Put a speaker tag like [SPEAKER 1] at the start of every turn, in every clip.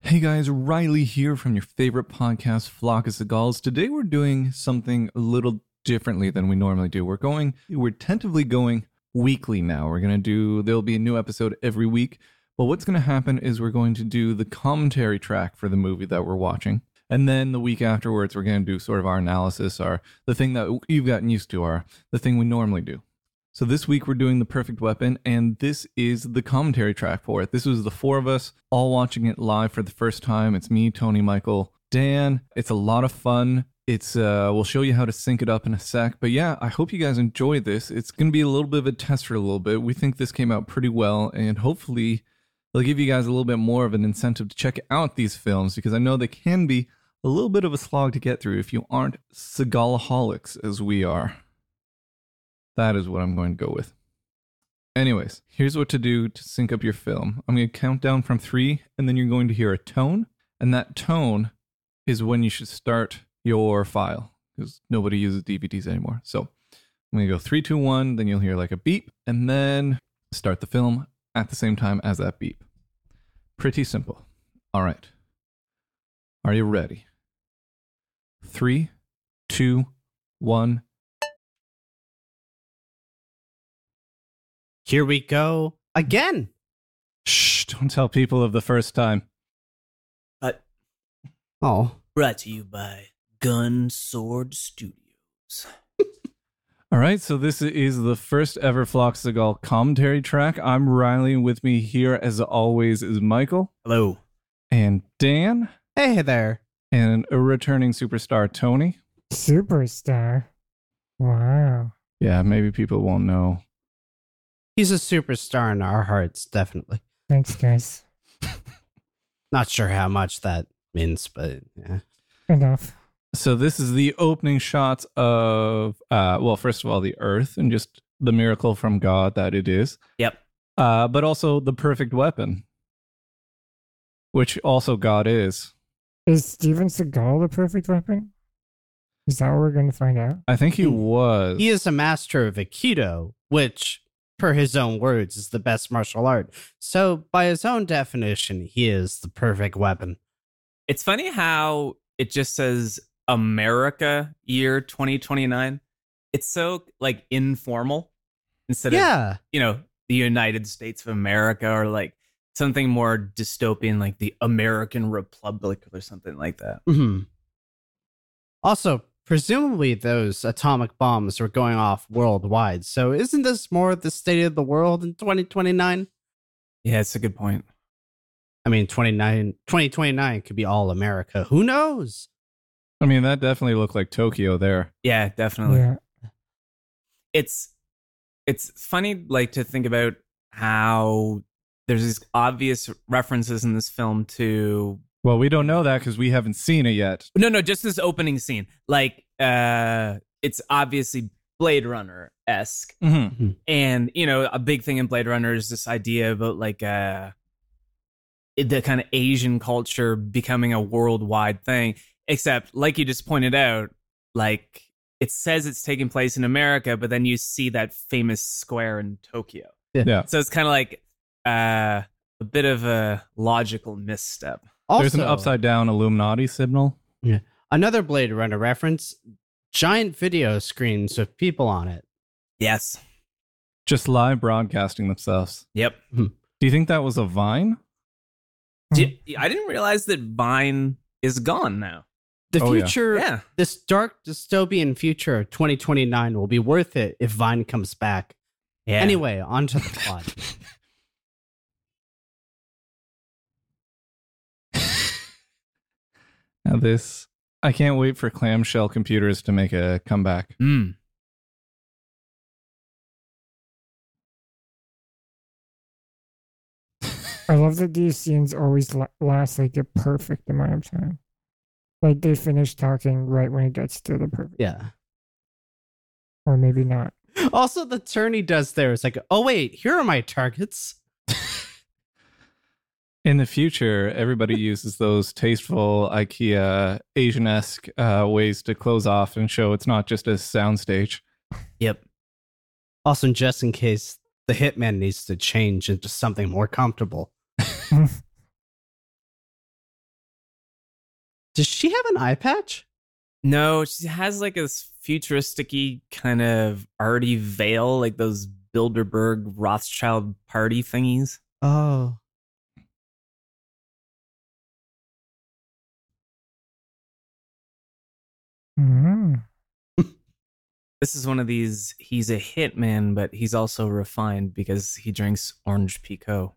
[SPEAKER 1] Hey guys, Riley here from your favorite podcast, Flock of Seagulls. Today we're doing something a little differently than we normally do. We're going, we're tentatively going weekly now. We're going to do, there'll be a new episode every week. But what's going to happen is we're going to do the commentary track for the movie that we're watching. And then the week afterwards, we're going to do sort of our analysis, our, the thing that you've gotten used to, our, the thing we normally do. So this week we're doing The Perfect Weapon, and this is the commentary track for it. This was the four of us all watching it live for the first time. It's me, Tony, Michael, Dan. It's a lot of fun. It's uh, we'll show you how to sync it up in a sec. But yeah, I hope you guys enjoy this. It's gonna be a little bit of a test for a little bit. We think this came out pretty well, and hopefully they'll give you guys a little bit more of an incentive to check out these films because I know they can be a little bit of a slog to get through if you aren't Seagalaholics as we are. That is what I'm going to go with. Anyways, here's what to do to sync up your film. I'm going to count down from three, and then you're going to hear a tone, and that tone is when you should start your file because nobody uses DVDs anymore. So I'm going to go three, two, one, then you'll hear like a beep, and then start the film at the same time as that beep. Pretty simple. All right. Are you ready? Three, two, one.
[SPEAKER 2] Here we go again.
[SPEAKER 1] Shh, don't tell people of the first time.
[SPEAKER 2] Oh,
[SPEAKER 3] Brought to you by Gun Sword Studios.
[SPEAKER 1] All right, so this is the first ever Flock Seagal commentary track. I'm Riley, and with me here, as always, is Michael
[SPEAKER 3] Hello.
[SPEAKER 1] and Dan
[SPEAKER 2] hey there.
[SPEAKER 1] and a returning superstar, Tony.
[SPEAKER 4] Superstar. Wow.
[SPEAKER 1] Yeah, maybe people won't know.
[SPEAKER 2] He's a superstar in our hearts, definitely.
[SPEAKER 4] Thanks, guys.
[SPEAKER 2] Not sure how much that means, but yeah.
[SPEAKER 4] Enough.
[SPEAKER 1] So this is the opening shots of, uh, well, first of all, the Earth and just the miracle from God that it is.
[SPEAKER 3] Yep.
[SPEAKER 1] Uh, but also the perfect weapon, which also God is.
[SPEAKER 4] Is Steven Seagal the perfect weapon? Is that what we're going to find out?
[SPEAKER 1] I think he was.
[SPEAKER 2] He is a master of Aikido, which, per his own words, is the best martial art. So, by his own definition, he is the perfect weapon.
[SPEAKER 5] It's funny how it just says America year 2029. It's so like informal instead of,
[SPEAKER 2] yeah.
[SPEAKER 5] you know, the United States of America or like something more dystopian like the American Republic or something like that.
[SPEAKER 2] hmm Also, presumably those atomic bombs are going off worldwide. So, isn't this more the state of the world in 2029?
[SPEAKER 5] Yeah, it's a good point.
[SPEAKER 2] I mean, 29, 2029 could be all America. Who knows?
[SPEAKER 1] I mean, that definitely looked like Tokyo there.
[SPEAKER 5] Yeah, definitely.
[SPEAKER 4] Yeah.
[SPEAKER 5] it's it's funny like to think about how there's these obvious references in this film to
[SPEAKER 1] Well, we don't know that because we haven't seen it yet.
[SPEAKER 5] no no just this opening scene like uh it's obviously blade runner esque
[SPEAKER 1] Mm-hmm.
[SPEAKER 5] and you know a big thing in blade runner is this idea about like uh the kind of asian culture becoming a worldwide thing except like you just pointed out like it says it's taking place in america but then you see that famous square in tokyo
[SPEAKER 1] Yeah.
[SPEAKER 5] so it's kind of like uh a bit of a logical misstep
[SPEAKER 2] Also,
[SPEAKER 1] There's an upside down Illuminati signal.
[SPEAKER 2] Another Blade Runner reference giant video screens with people on it.
[SPEAKER 5] yes
[SPEAKER 1] Just live broadcasting themselves.
[SPEAKER 5] yep
[SPEAKER 1] Do you think that was a vine?
[SPEAKER 5] Di- i didn't realize that vine is gone now
[SPEAKER 2] The
[SPEAKER 1] Oh, yeah.
[SPEAKER 2] future,
[SPEAKER 5] yeah
[SPEAKER 2] this dark dystopian future of 2029 will be worth it if Vine comes back.
[SPEAKER 5] yeah
[SPEAKER 2] Anyway, on to the plot.
[SPEAKER 1] Now this I can't wait for clamshell computers to make a comeback.
[SPEAKER 5] Mm.
[SPEAKER 4] I love that these scenes always la- last like the perfect amount of time. Like they finish talking right when it gets to the perfect,
[SPEAKER 2] yeah.
[SPEAKER 4] or maybe not.
[SPEAKER 2] Also, the turn he does there is like, oh, wait, here are my targets.
[SPEAKER 1] In the future, everybody uses those tasteful IKEA Asian esque uh, ways to close off and show it's not just a soundstage.
[SPEAKER 5] yep
[SPEAKER 2] Also, just in case the hitman needs to change into something more comfortable. Does she have an eye patch?
[SPEAKER 5] No, she has like this futuristicy kind of arty veil, like those Bilderberg Rothschild party thingies.
[SPEAKER 2] Oh.
[SPEAKER 4] Mm.
[SPEAKER 5] This is one of these. He's a hitman, but he's also refined because he drinks orange picot.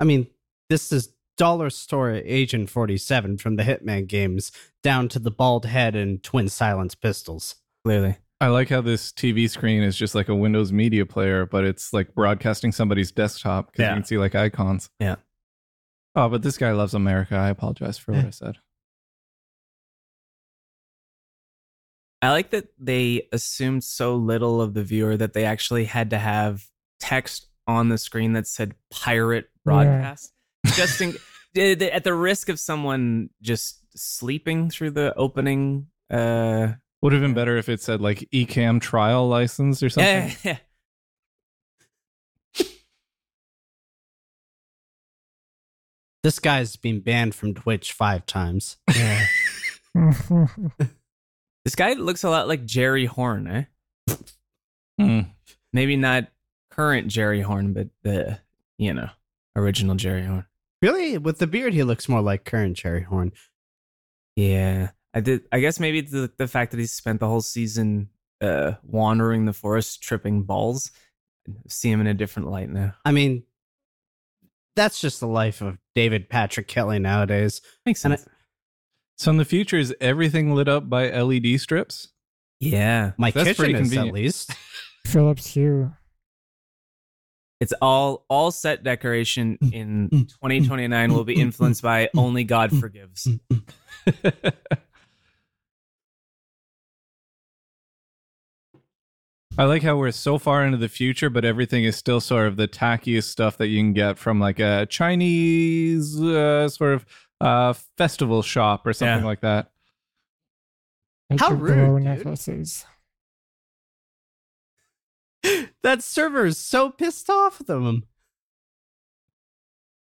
[SPEAKER 2] I mean, this is Dollar Store Agent 47 from the Hitman games down to the bald head and twin silence pistols.
[SPEAKER 5] Clearly,
[SPEAKER 1] I like how this TV screen is just like a Windows media player, but it's like broadcasting somebody's desktop because
[SPEAKER 5] Yeah.
[SPEAKER 1] you can see like icons.
[SPEAKER 5] Yeah.
[SPEAKER 1] Oh, but this guy loves America. I apologize for
[SPEAKER 5] Eh.
[SPEAKER 1] what I said.
[SPEAKER 5] I like that they assumed so little of the viewer that they actually had to have text on the screen that said "pirate broadcast," just in, at the risk of someone just sleeping through the opening. Uh,
[SPEAKER 1] Would have been better if it said like ECAM trial license or something.
[SPEAKER 5] yeah, yeah.
[SPEAKER 2] This guy's been banned from Twitch five times.
[SPEAKER 5] This guy looks a lot like Jerry Horn, eh?
[SPEAKER 1] Hmm.
[SPEAKER 5] Maybe not current Jerry Horn, but the you know original Jerry Horn.
[SPEAKER 2] Really? With the beard, he looks more like current Cherry Horn.
[SPEAKER 5] Yeah, I did. I guess maybe the the fact that he spent the whole season uh wandering the forest, tripping balls, see him in a different light now.
[SPEAKER 2] I mean, that's just the life of David Patrick Kelly nowadays.
[SPEAKER 5] Makes
[SPEAKER 2] And
[SPEAKER 5] sense.
[SPEAKER 1] So in the future, is everything lit up by LED strips?
[SPEAKER 5] yeah,
[SPEAKER 2] My
[SPEAKER 1] That's pretty
[SPEAKER 2] kitchen is at
[SPEAKER 1] convenient.
[SPEAKER 2] least.
[SPEAKER 4] Phillips Hue.
[SPEAKER 5] it's all all set decoration
[SPEAKER 1] Mm.
[SPEAKER 5] in 2029 will be influenced by only
[SPEAKER 1] Mm.
[SPEAKER 5] God forgives.
[SPEAKER 1] I like how we're so far into the future, but everything is still sort of the tackiest stuff that you can get from like a Chinese uh, sort of uh, festival shop or something
[SPEAKER 5] Yeah.
[SPEAKER 1] like that.
[SPEAKER 4] Like
[SPEAKER 2] How
[SPEAKER 4] the
[SPEAKER 2] rude,
[SPEAKER 4] glow
[SPEAKER 2] dude.
[SPEAKER 4] necklaces.
[SPEAKER 2] that server is so pissed off at them.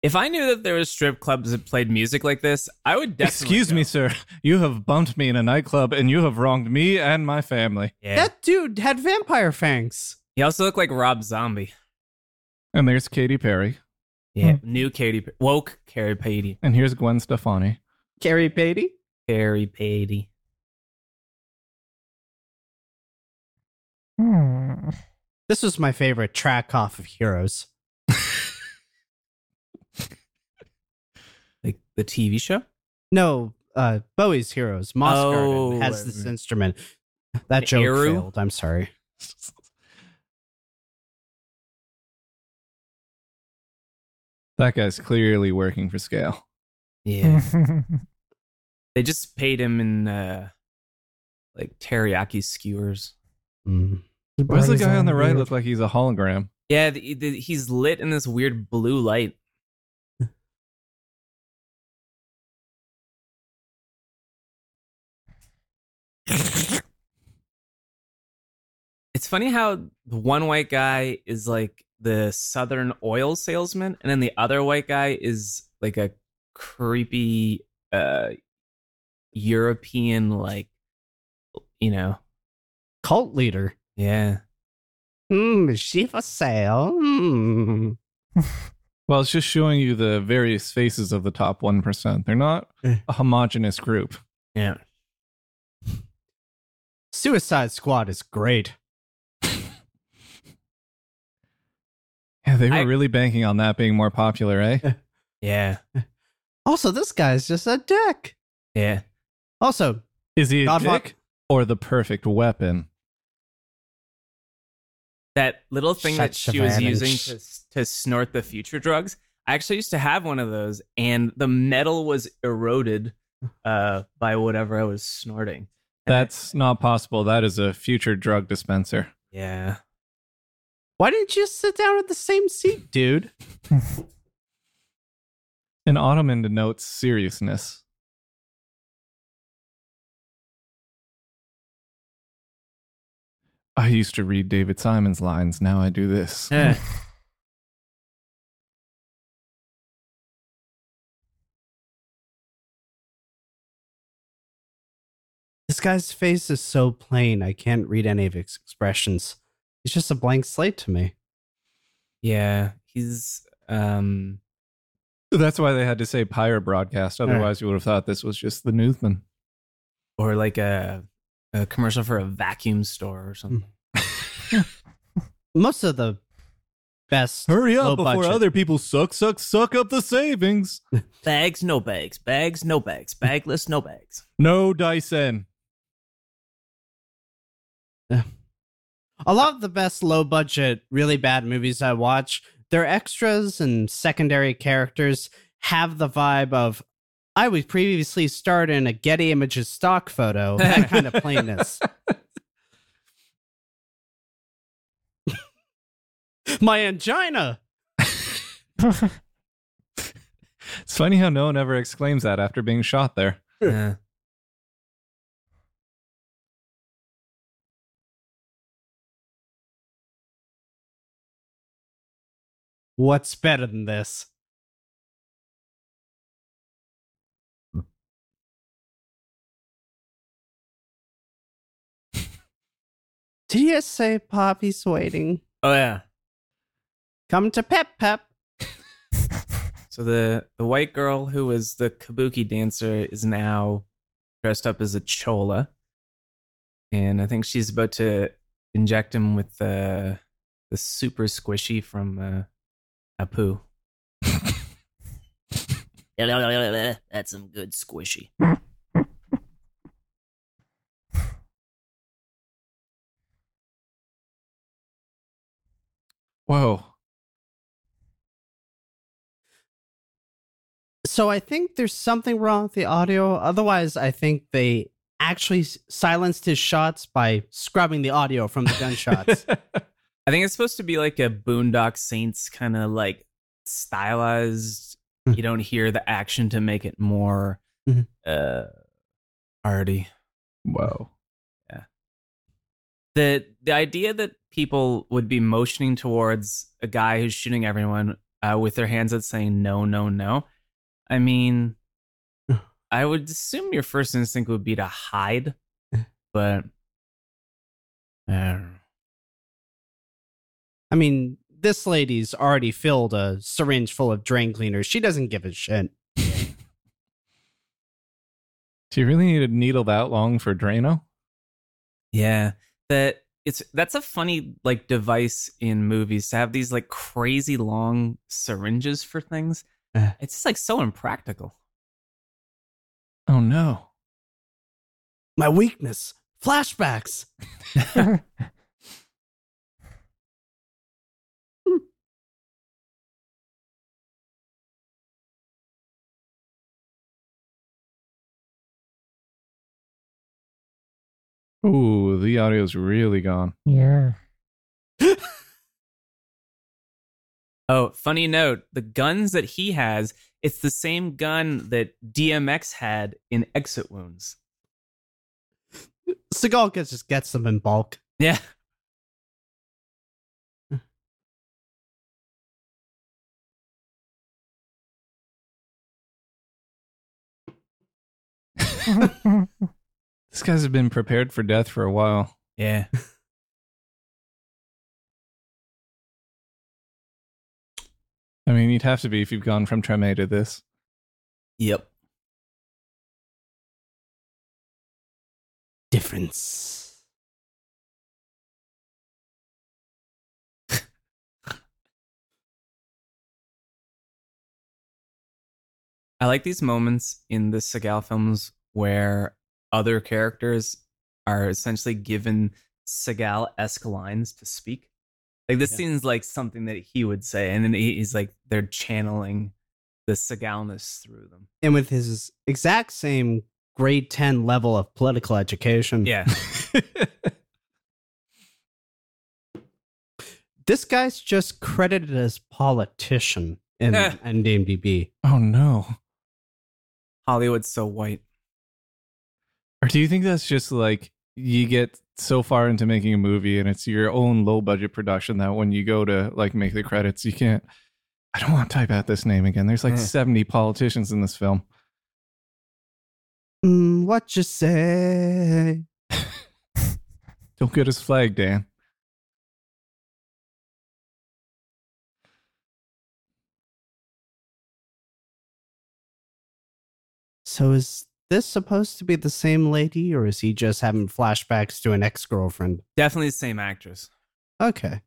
[SPEAKER 5] If I knew that there was strip clubs that played music like this, I would definitely.
[SPEAKER 1] Excuse
[SPEAKER 5] go.
[SPEAKER 1] me, sir. You have bumped me in a nightclub and you have wronged me and my family.
[SPEAKER 5] Yeah.
[SPEAKER 2] That dude had vampire fangs.
[SPEAKER 5] he also looked like Rob Zombie.
[SPEAKER 1] And there's Katy Perry.
[SPEAKER 5] Yeah, new Katy Pe- woke Carrie Patey.
[SPEAKER 1] And here's Gwen Stefani.
[SPEAKER 2] Carrie Patey?
[SPEAKER 5] Carrie Patey.
[SPEAKER 4] Hmm.
[SPEAKER 2] This was my favorite track off of Heroes.
[SPEAKER 5] Like the TV show?
[SPEAKER 2] No, uh, Bowie's Heroes. Moss
[SPEAKER 5] Oh,
[SPEAKER 2] Garden has
[SPEAKER 5] right,
[SPEAKER 2] this
[SPEAKER 5] right.
[SPEAKER 2] instrument. That
[SPEAKER 5] An
[SPEAKER 2] joke
[SPEAKER 5] Eru?
[SPEAKER 2] failed. I'm sorry.
[SPEAKER 1] That guy's clearly working for scale.
[SPEAKER 5] Yeah. they just paid him in uh like teriyaki skewers.
[SPEAKER 2] Mm.
[SPEAKER 4] He
[SPEAKER 1] Why does the
[SPEAKER 4] burns
[SPEAKER 1] guy on the right
[SPEAKER 4] weird.
[SPEAKER 1] look like he's a hologram?
[SPEAKER 5] Yeah, the, the, he's lit in this weird blue light. It's funny how the one white guy is like the southern oil salesman, and then the other white guy is like a creepy uh European, like you know,
[SPEAKER 2] Cult leader.
[SPEAKER 5] yeah.
[SPEAKER 2] Mm, is she for sale? Mm.
[SPEAKER 1] Well, it's just showing you the various faces of the top 1%. They're not
[SPEAKER 2] Eh.
[SPEAKER 1] a homogenous group.
[SPEAKER 5] Yeah.
[SPEAKER 2] Suicide Squad is great.
[SPEAKER 1] Yeah, they were
[SPEAKER 5] I-
[SPEAKER 1] really banking on that being more popular, eh?
[SPEAKER 5] Yeah.
[SPEAKER 2] Also, this guy's just a dick.
[SPEAKER 5] Yeah.
[SPEAKER 2] Also,
[SPEAKER 1] Is he a
[SPEAKER 2] Godfather-
[SPEAKER 1] dick or the perfect weapon?
[SPEAKER 5] that little thing
[SPEAKER 2] Shut
[SPEAKER 5] that she was
[SPEAKER 2] Siobhan and
[SPEAKER 5] using
[SPEAKER 2] sh-
[SPEAKER 5] to, to snort the future drugs. I actually used to have one of those, and the metal was eroded uh, by whatever I was snorting.
[SPEAKER 1] That's not possible. That is a future drug dispenser.
[SPEAKER 5] Yeah.
[SPEAKER 2] why didn't you sit down at the same seat, dude?
[SPEAKER 1] An ottoman denotes seriousness. I used to read David Simon's lines. Now I do this.
[SPEAKER 5] Eh.
[SPEAKER 2] guy's face is so plain, I can't read any of his expressions. He's just a blank slate to me.
[SPEAKER 5] Yeah, he's um
[SPEAKER 1] That's why they had to say Pyre broadcast. Otherwise, you would have thought this was just the newsman.
[SPEAKER 5] or like a a commercial for a vacuum store or something.
[SPEAKER 2] Most of the best.
[SPEAKER 1] Hurry
[SPEAKER 2] Low
[SPEAKER 1] up before
[SPEAKER 2] budget.
[SPEAKER 1] other people suck, suck, suck up the savings.
[SPEAKER 3] Bags, no bags. Bags, no bags. Bagless, no bags.
[SPEAKER 1] No dice in.
[SPEAKER 2] A lot of the best low budget, really bad movies I watch, their extras and secondary characters have the vibe of I was previously starred in a Getty Images stock photo, that kind of plainness. My angina.
[SPEAKER 1] It's funny how no one ever exclaims that after being shot there.
[SPEAKER 5] Yeah.
[SPEAKER 2] What's better than this? Did you say Poppy's waiting?
[SPEAKER 5] Oh yeah.
[SPEAKER 2] Come to Pep Pep.
[SPEAKER 5] So the the white girl who was the kabuki dancer is now dressed up as a chola, and I think she's about to inject him with the the super squishy from uh, Apu.
[SPEAKER 3] That's some good squishy.
[SPEAKER 1] Whoa.
[SPEAKER 2] So I think there's something wrong with the audio. Otherwise, I think they actually s- silenced his shots by scrubbing the audio from the gunshots.
[SPEAKER 5] I think it's supposed to be like a Boondock Saints kind of like stylized.
[SPEAKER 2] Hmm.
[SPEAKER 5] you don't hear the action to make it more
[SPEAKER 2] Mhm.
[SPEAKER 5] uh, arty.
[SPEAKER 1] Whoa.
[SPEAKER 5] the the idea that people would be motioning towards a guy who's shooting everyone uh, with their hands up saying no no no i mean i would assume your first instinct would be to hide but uh, I don't know.
[SPEAKER 2] I mean, this lady's already filled a syringe full of drain cleaner. She doesn't give a shit.
[SPEAKER 1] Do you really need a needle that long for Drano?
[SPEAKER 5] yeah that it's that's a funny like device in movies to have these like crazy long syringes for things
[SPEAKER 2] Eh.
[SPEAKER 5] it's just like so impractical
[SPEAKER 1] Oh no.
[SPEAKER 2] My weakness, flashbacks.
[SPEAKER 1] Ooh, the audio's really gone.
[SPEAKER 4] yeah.
[SPEAKER 5] Oh, funny note, the guns that he has, it's the same gun that DMX had in Exit Wounds.
[SPEAKER 2] Seagal gets, just gets them in bulk.
[SPEAKER 5] Yeah.
[SPEAKER 1] These guys have been prepared for death for a while.
[SPEAKER 5] Yeah.
[SPEAKER 1] I mean, you'd have to be if you've gone from Treme to this.
[SPEAKER 3] Yep.
[SPEAKER 2] Difference.
[SPEAKER 5] I like these moments in the Seagal films where other characters are essentially given Seagal esque lines to speak. Like this
[SPEAKER 2] Yeah.
[SPEAKER 5] seems like something that he would say, and then he- he's like they're channeling the Seagalness through them.
[SPEAKER 2] And with his exact same grade 10 level of political education.
[SPEAKER 5] Yeah.
[SPEAKER 2] This guy's just credited as politician in
[SPEAKER 5] Eh.
[SPEAKER 2] NDMDB.
[SPEAKER 1] oh no.
[SPEAKER 5] Hollywood's so white.
[SPEAKER 1] Or do you think that's just like you get so far into making a movie and it's your own low budget production that when you go to like make the credits, you can't. I
[SPEAKER 5] Hmm.
[SPEAKER 1] don't want to type out this name again. There's like
[SPEAKER 5] Mm.
[SPEAKER 1] 70 politicians in this film.
[SPEAKER 2] Mm, what you say?
[SPEAKER 1] Don't get his flag, Dan.
[SPEAKER 2] So is this supposed to be the same lady, or is he just having flashbacks to an ex girlfriend?
[SPEAKER 5] Definitely the same actress.
[SPEAKER 2] Okay.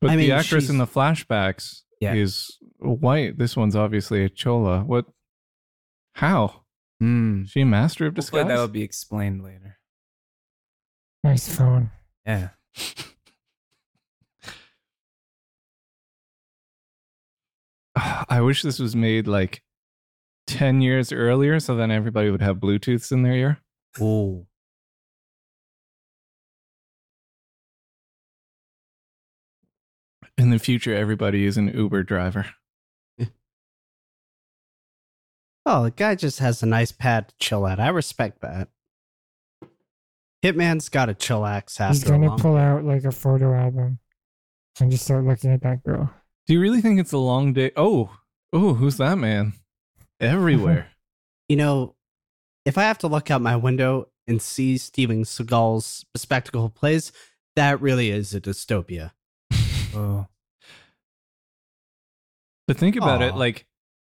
[SPEAKER 1] But
[SPEAKER 2] I mean,
[SPEAKER 1] the actress in
[SPEAKER 2] she's-
[SPEAKER 1] the flashbacks
[SPEAKER 5] Yeah.
[SPEAKER 1] is white. This one's obviously a Chola. What? How?
[SPEAKER 5] Mm.
[SPEAKER 1] She a master of
[SPEAKER 5] Hopefully
[SPEAKER 1] disguise?
[SPEAKER 5] that'll be explained later.
[SPEAKER 4] Nice phone.
[SPEAKER 5] Yeah.
[SPEAKER 1] I wish this was made like 10 years earlier so then everybody would have Bluetooths in their ear.
[SPEAKER 5] Ooh.
[SPEAKER 1] In the future, everybody is an Uber driver.
[SPEAKER 2] Oh, the guy just has a nice pad to chill at. I respect that. Hitman's got a chillax
[SPEAKER 4] He's
[SPEAKER 2] after a
[SPEAKER 4] gonna
[SPEAKER 2] long.
[SPEAKER 4] pull out like a photo album and just start looking at that girl.
[SPEAKER 1] Do you really think it's a long day? Oh, oh, who's that man? Everywhere.
[SPEAKER 2] you know, if I have to look out my window and see Steven Seagal's spectacle plays, that really is a dystopia.
[SPEAKER 5] Oh.
[SPEAKER 1] But think about it
[SPEAKER 2] Aw.
[SPEAKER 1] like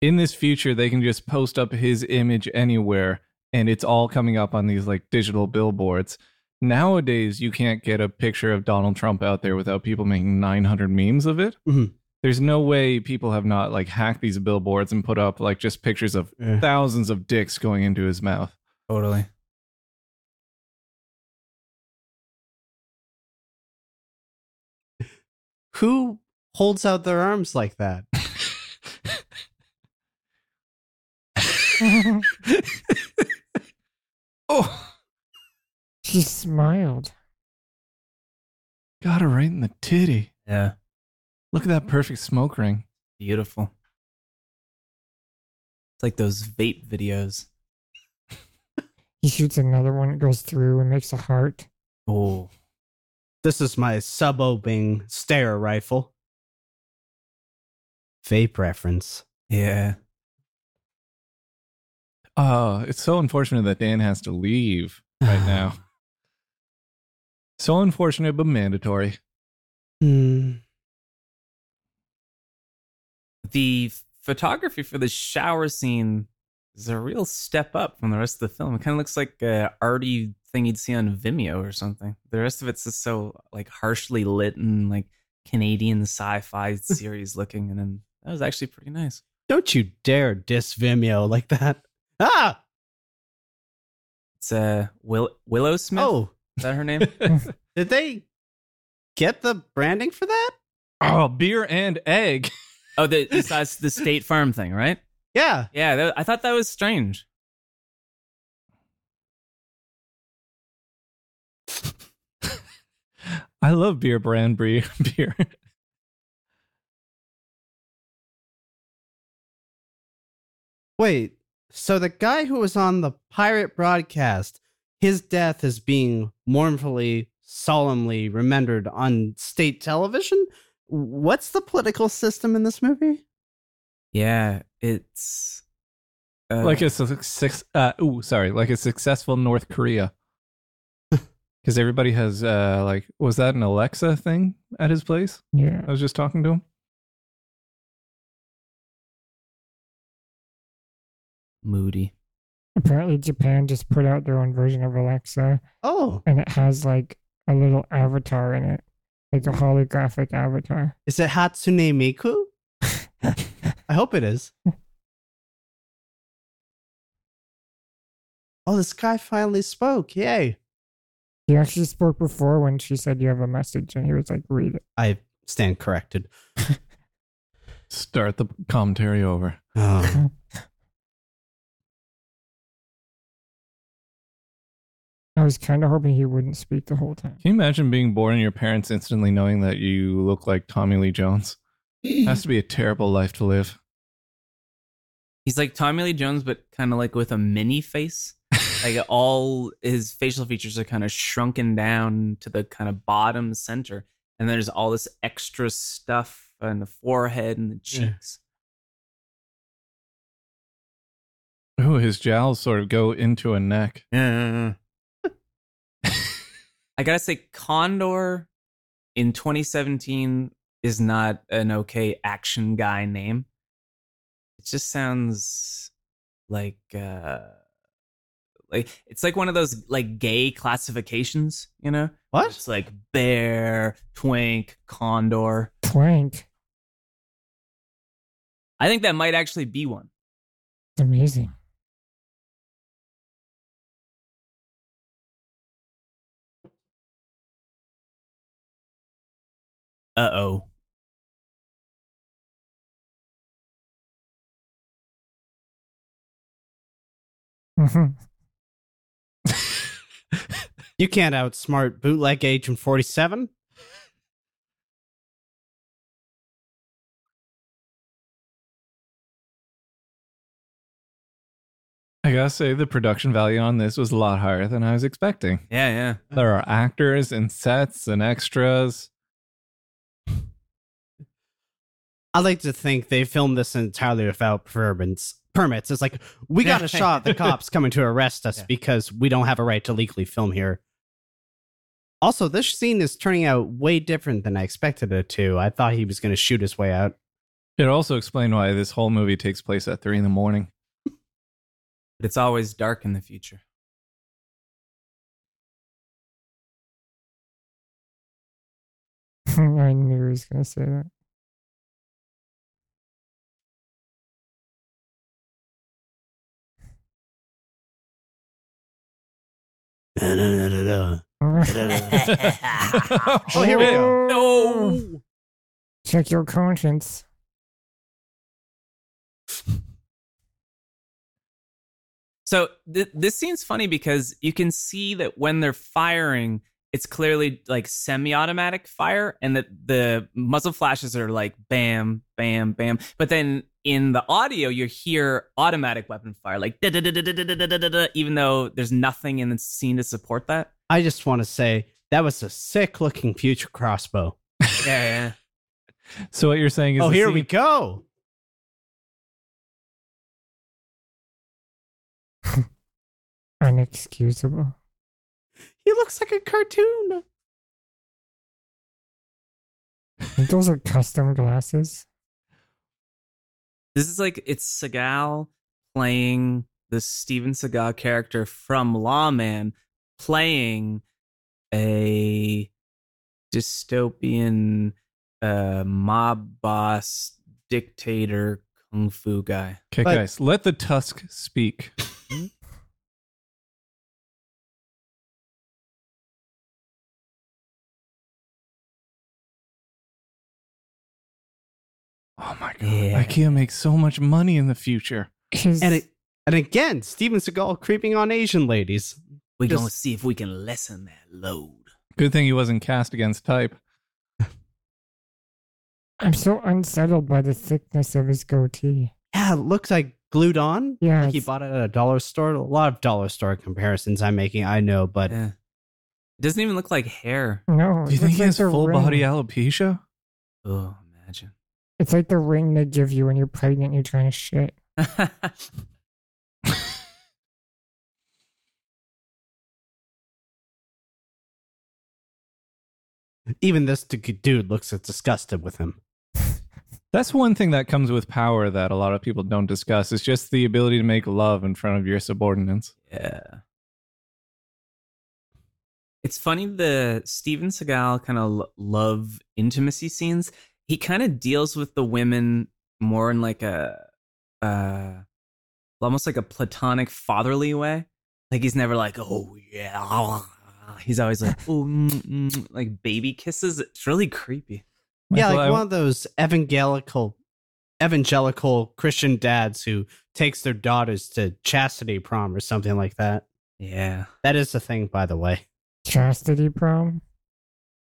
[SPEAKER 1] in this future, they can just post up his image anywhere and it's all coming up on these like digital billboards. Nowadays, you can't get a picture of Donald Trump out there without people making 900 memes of it.
[SPEAKER 2] Mhm.
[SPEAKER 1] There's no way people have not like hacked these billboards and put up like just pictures of
[SPEAKER 2] Yeah.
[SPEAKER 1] thousands of dicks going into his mouth.
[SPEAKER 5] Totally.
[SPEAKER 2] Who holds out their arms like that?
[SPEAKER 1] Oh,
[SPEAKER 4] she smiled.
[SPEAKER 1] got her right in the titty.
[SPEAKER 5] Yeah.
[SPEAKER 1] Look at that perfect smoke ring.
[SPEAKER 5] Beautiful. It's like those vape videos.
[SPEAKER 4] He shoots another one, it goes through and makes a heart.
[SPEAKER 5] Oh.
[SPEAKER 2] This is my subobing stare rifle. Vape reference.
[SPEAKER 5] Yeah.
[SPEAKER 1] Uh, it's so unfortunate that Dan has to leave right now. So unfortunate, but mandatory.
[SPEAKER 2] Hmm.
[SPEAKER 5] The photography for the shower scene is a real step up from the rest of the film. It kind of looks like a arty thing you'd see on Vimeo or something. The rest of it's just so like harshly lit and like Canadian sci-fi series looking, and then that was actually pretty nice.
[SPEAKER 2] Don't you dare diss Vimeo like that. Ah!
[SPEAKER 5] It's uh Will Willow Smith.
[SPEAKER 2] Oh,
[SPEAKER 5] Is that her name?
[SPEAKER 2] did they get the branding for that?
[SPEAKER 1] oh, beer and egg.
[SPEAKER 5] oh, the, that's the State Farm thing, right?
[SPEAKER 2] Yeah.
[SPEAKER 5] Yeah, that, I thought that was strange.
[SPEAKER 1] I love beer brand beer. beer.
[SPEAKER 2] Wait, so the guy who was on the pirate broadcast, his death is being mournfully, solemnly remembered on state television? What's the political system in this movie?
[SPEAKER 5] Yeah, it's uh,
[SPEAKER 1] Like a success. Uh, ooh, sorry. Like a successful North Korea. Because everybody has uh, like, was that an Alexa thing at his place?
[SPEAKER 4] Yeah.
[SPEAKER 1] I was just talking to him.
[SPEAKER 5] moody.
[SPEAKER 4] Apparently Japan just put out their own version of Alexa
[SPEAKER 2] Oh,
[SPEAKER 4] and it has like a little avatar in it. Like a holographic avatar.
[SPEAKER 2] is it Hatsune Miku? I hope it is. Oh, this guy finally spoke. Yay.
[SPEAKER 4] He actually spoke before when she said you have a message and he was like, read it.
[SPEAKER 2] I stand corrected.
[SPEAKER 1] Start the commentary over.
[SPEAKER 2] Oh.
[SPEAKER 4] I was kinda hoping he wouldn't speak the whole time.
[SPEAKER 1] Can you imagine being born and your parents instantly knowing that you look like Tommy Lee Jones? Has to be a terrible life to live.
[SPEAKER 5] He's like Tommy Lee Jones, but kind of like with a mini face. Like all his facial features are kind of shrunken down to the kind of bottom center, and there's all this extra stuff on the forehead and the
[SPEAKER 2] Yeah.
[SPEAKER 5] cheeks.
[SPEAKER 1] Ooh, his jowls sort of go into a neck.
[SPEAKER 5] Yeah. I gotta say, Condor in 2017 is not an okay action guy name. It just sounds like uh like it's like one of those like gay classifications, you know?
[SPEAKER 2] What?
[SPEAKER 5] It's like bear, twink, condor.
[SPEAKER 4] Plank.
[SPEAKER 5] I think that might actually be one.
[SPEAKER 4] It's amazing.
[SPEAKER 5] Uh oh.
[SPEAKER 4] Mhm.
[SPEAKER 2] You can't outsmart bootleg agent 47.
[SPEAKER 1] I gotta say, the production value on this was a lot higher than I was expecting.
[SPEAKER 5] Yeah, yeah.
[SPEAKER 1] There are actors and sets and extras.
[SPEAKER 2] I like to think they filmed this entirely without permits. Permits. It's like we got a shot at the cops coming to arrest us
[SPEAKER 5] Yeah.
[SPEAKER 2] because we don't have a right to legally film here. Also, this scene is turning out way different than I expected it to. I thought he was going to shoot his way out.
[SPEAKER 1] It also explained why this whole movie takes place at three in the morning.
[SPEAKER 5] But it's always dark in the future.
[SPEAKER 4] I knew he was going to say that.
[SPEAKER 3] Oh,
[SPEAKER 5] here we go.
[SPEAKER 4] Oh. Check your conscience.
[SPEAKER 5] So th- this scene's funny because you can see that when they're firing, it's clearly like semi-automatic fire, and that the muzzle flashes are like bam, bam, bam. But then in the audio, you hear automatic weapon fire, like da da da da da da da da da, even though there's nothing in the scene to support that.
[SPEAKER 2] I just want to say that was a sick looking future crossbow.
[SPEAKER 5] Yeah, yeah.
[SPEAKER 1] So what you're saying is
[SPEAKER 2] Oh,
[SPEAKER 1] the
[SPEAKER 2] here
[SPEAKER 1] scene-
[SPEAKER 2] we go.
[SPEAKER 4] Unexcusable.
[SPEAKER 2] He looks like a cartoon.
[SPEAKER 4] Those are custom glasses.
[SPEAKER 5] This is like it's Seagal playing the Steven Seagal character from Lawman playing a dystopian uh, mob boss dictator kung fu guy.
[SPEAKER 1] Okay,
[SPEAKER 2] But-
[SPEAKER 1] guys, let the tusk speak. oh my god!
[SPEAKER 5] Yeah.
[SPEAKER 1] IKEA makes so much money in the future.
[SPEAKER 4] His,
[SPEAKER 2] And it, and again, Steven Seagal creeping on Asian ladies.
[SPEAKER 3] We're
[SPEAKER 2] Just-
[SPEAKER 3] gonna see if we can lessen that load.
[SPEAKER 1] Good thing he wasn't cast against type.
[SPEAKER 4] I'm so unsettled by the thickness of his goatee.
[SPEAKER 2] Yeah, it looks like glued on.
[SPEAKER 4] Yeah,
[SPEAKER 2] Like he
[SPEAKER 4] it's-
[SPEAKER 2] bought it at a dollar store. A lot of dollar store comparisons I'm making, I know, but
[SPEAKER 5] Yeah. It doesn't even look like hair.
[SPEAKER 4] No,
[SPEAKER 1] Do you
[SPEAKER 4] it's
[SPEAKER 1] think he
[SPEAKER 4] like
[SPEAKER 1] has
[SPEAKER 4] the
[SPEAKER 1] full
[SPEAKER 4] ring.
[SPEAKER 1] body alopecia?
[SPEAKER 5] Oh, imagine.
[SPEAKER 4] It's like the ring they give you when you're pregnant. and You're trying to shit.
[SPEAKER 2] even this d- dude looks disgusted with him.
[SPEAKER 1] That's one thing that comes with power that a lot of people don't discuss. It's just the ability to make love in front of your subordinates.
[SPEAKER 5] Yeah. It's funny the Steven Seagal kind of l- love intimacy scenes. He kind of deals with the women more in like a uh almost like a platonic fatherly way. Like he's never like, "Oh yeah." He's always like, "Oh, mm, mm," like baby kisses. It's really creepy.
[SPEAKER 2] yeah,
[SPEAKER 1] Michael,
[SPEAKER 2] like
[SPEAKER 1] I-
[SPEAKER 2] one of those evangelical evangelical Christian dads who takes their daughters to chastity prom or something like that.
[SPEAKER 5] Yeah.
[SPEAKER 2] That is the thing, by the way.
[SPEAKER 4] Chastity prom.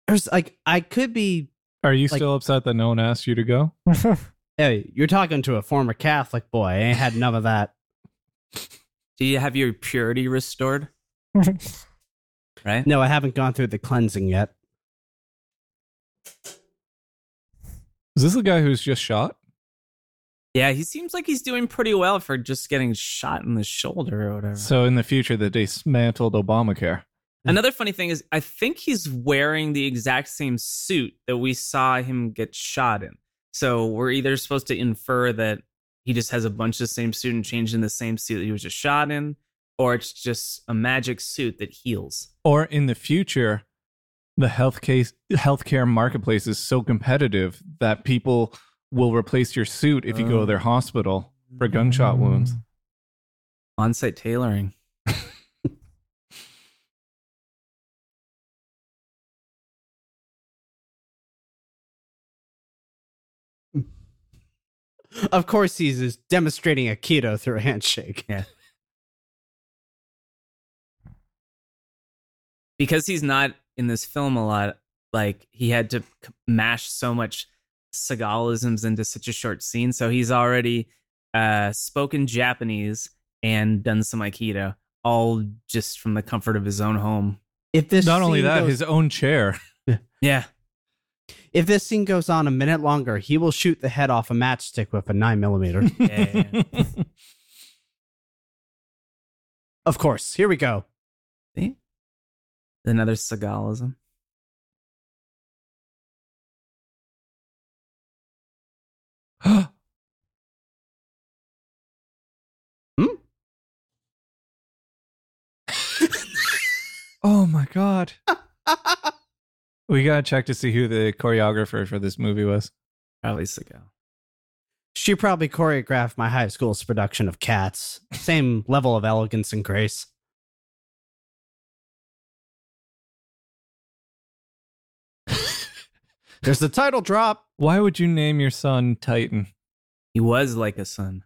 [SPEAKER 2] There's like I could be
[SPEAKER 1] are you
[SPEAKER 2] like-
[SPEAKER 1] still upset that no one asked you to go?
[SPEAKER 2] hey, you're talking to a former Catholic boy. I ain't had none of that.
[SPEAKER 5] Do you have your purity restored? Right?
[SPEAKER 2] No, I haven't gone through the cleansing yet.
[SPEAKER 1] Is this the guy who's just shot?
[SPEAKER 5] Yeah, he seems like he's doing pretty well for just getting shot in the shoulder or whatever.
[SPEAKER 1] So in the future, they dismantled Obamacare.
[SPEAKER 5] Another funny thing is, I think he's wearing the exact same suit that we saw him get shot in. So we're either supposed to infer that he just has a bunch of the same suit and changed in the same suit that he was just shot in, or it's just a magic suit that heals.
[SPEAKER 1] Or in the future, the health case, healthcare marketplace is so competitive that people will replace your suit if you go to their hospital for gunshot wounds.
[SPEAKER 4] Mm.
[SPEAKER 5] On site tailoring.
[SPEAKER 2] Of course, he's is demonstrating Aikido through a handshake.
[SPEAKER 5] because he's not in this film a lot like he had to c- mash so much sagalisms into such a short scene so he's already uh spoken japanese and done some aikido all just from the comfort of his own home
[SPEAKER 2] If this
[SPEAKER 1] Not only
[SPEAKER 2] scene
[SPEAKER 1] that,
[SPEAKER 2] goes-
[SPEAKER 1] his own chair.
[SPEAKER 5] yeah
[SPEAKER 2] if this scene goes on a minute longer, he will shoot the head off a matchstick with a nine millimeter.
[SPEAKER 5] Yeah.
[SPEAKER 2] of course, here we go.
[SPEAKER 5] another sagalism
[SPEAKER 1] oh my god. We gotta check to see who the choreographer for this movie was.
[SPEAKER 5] probably sagal
[SPEAKER 2] She probably choreographed my high school's production of Cats. Same level of elegance and grace. There's the title drop.
[SPEAKER 1] Why would you name your son Titan?
[SPEAKER 5] he was like a son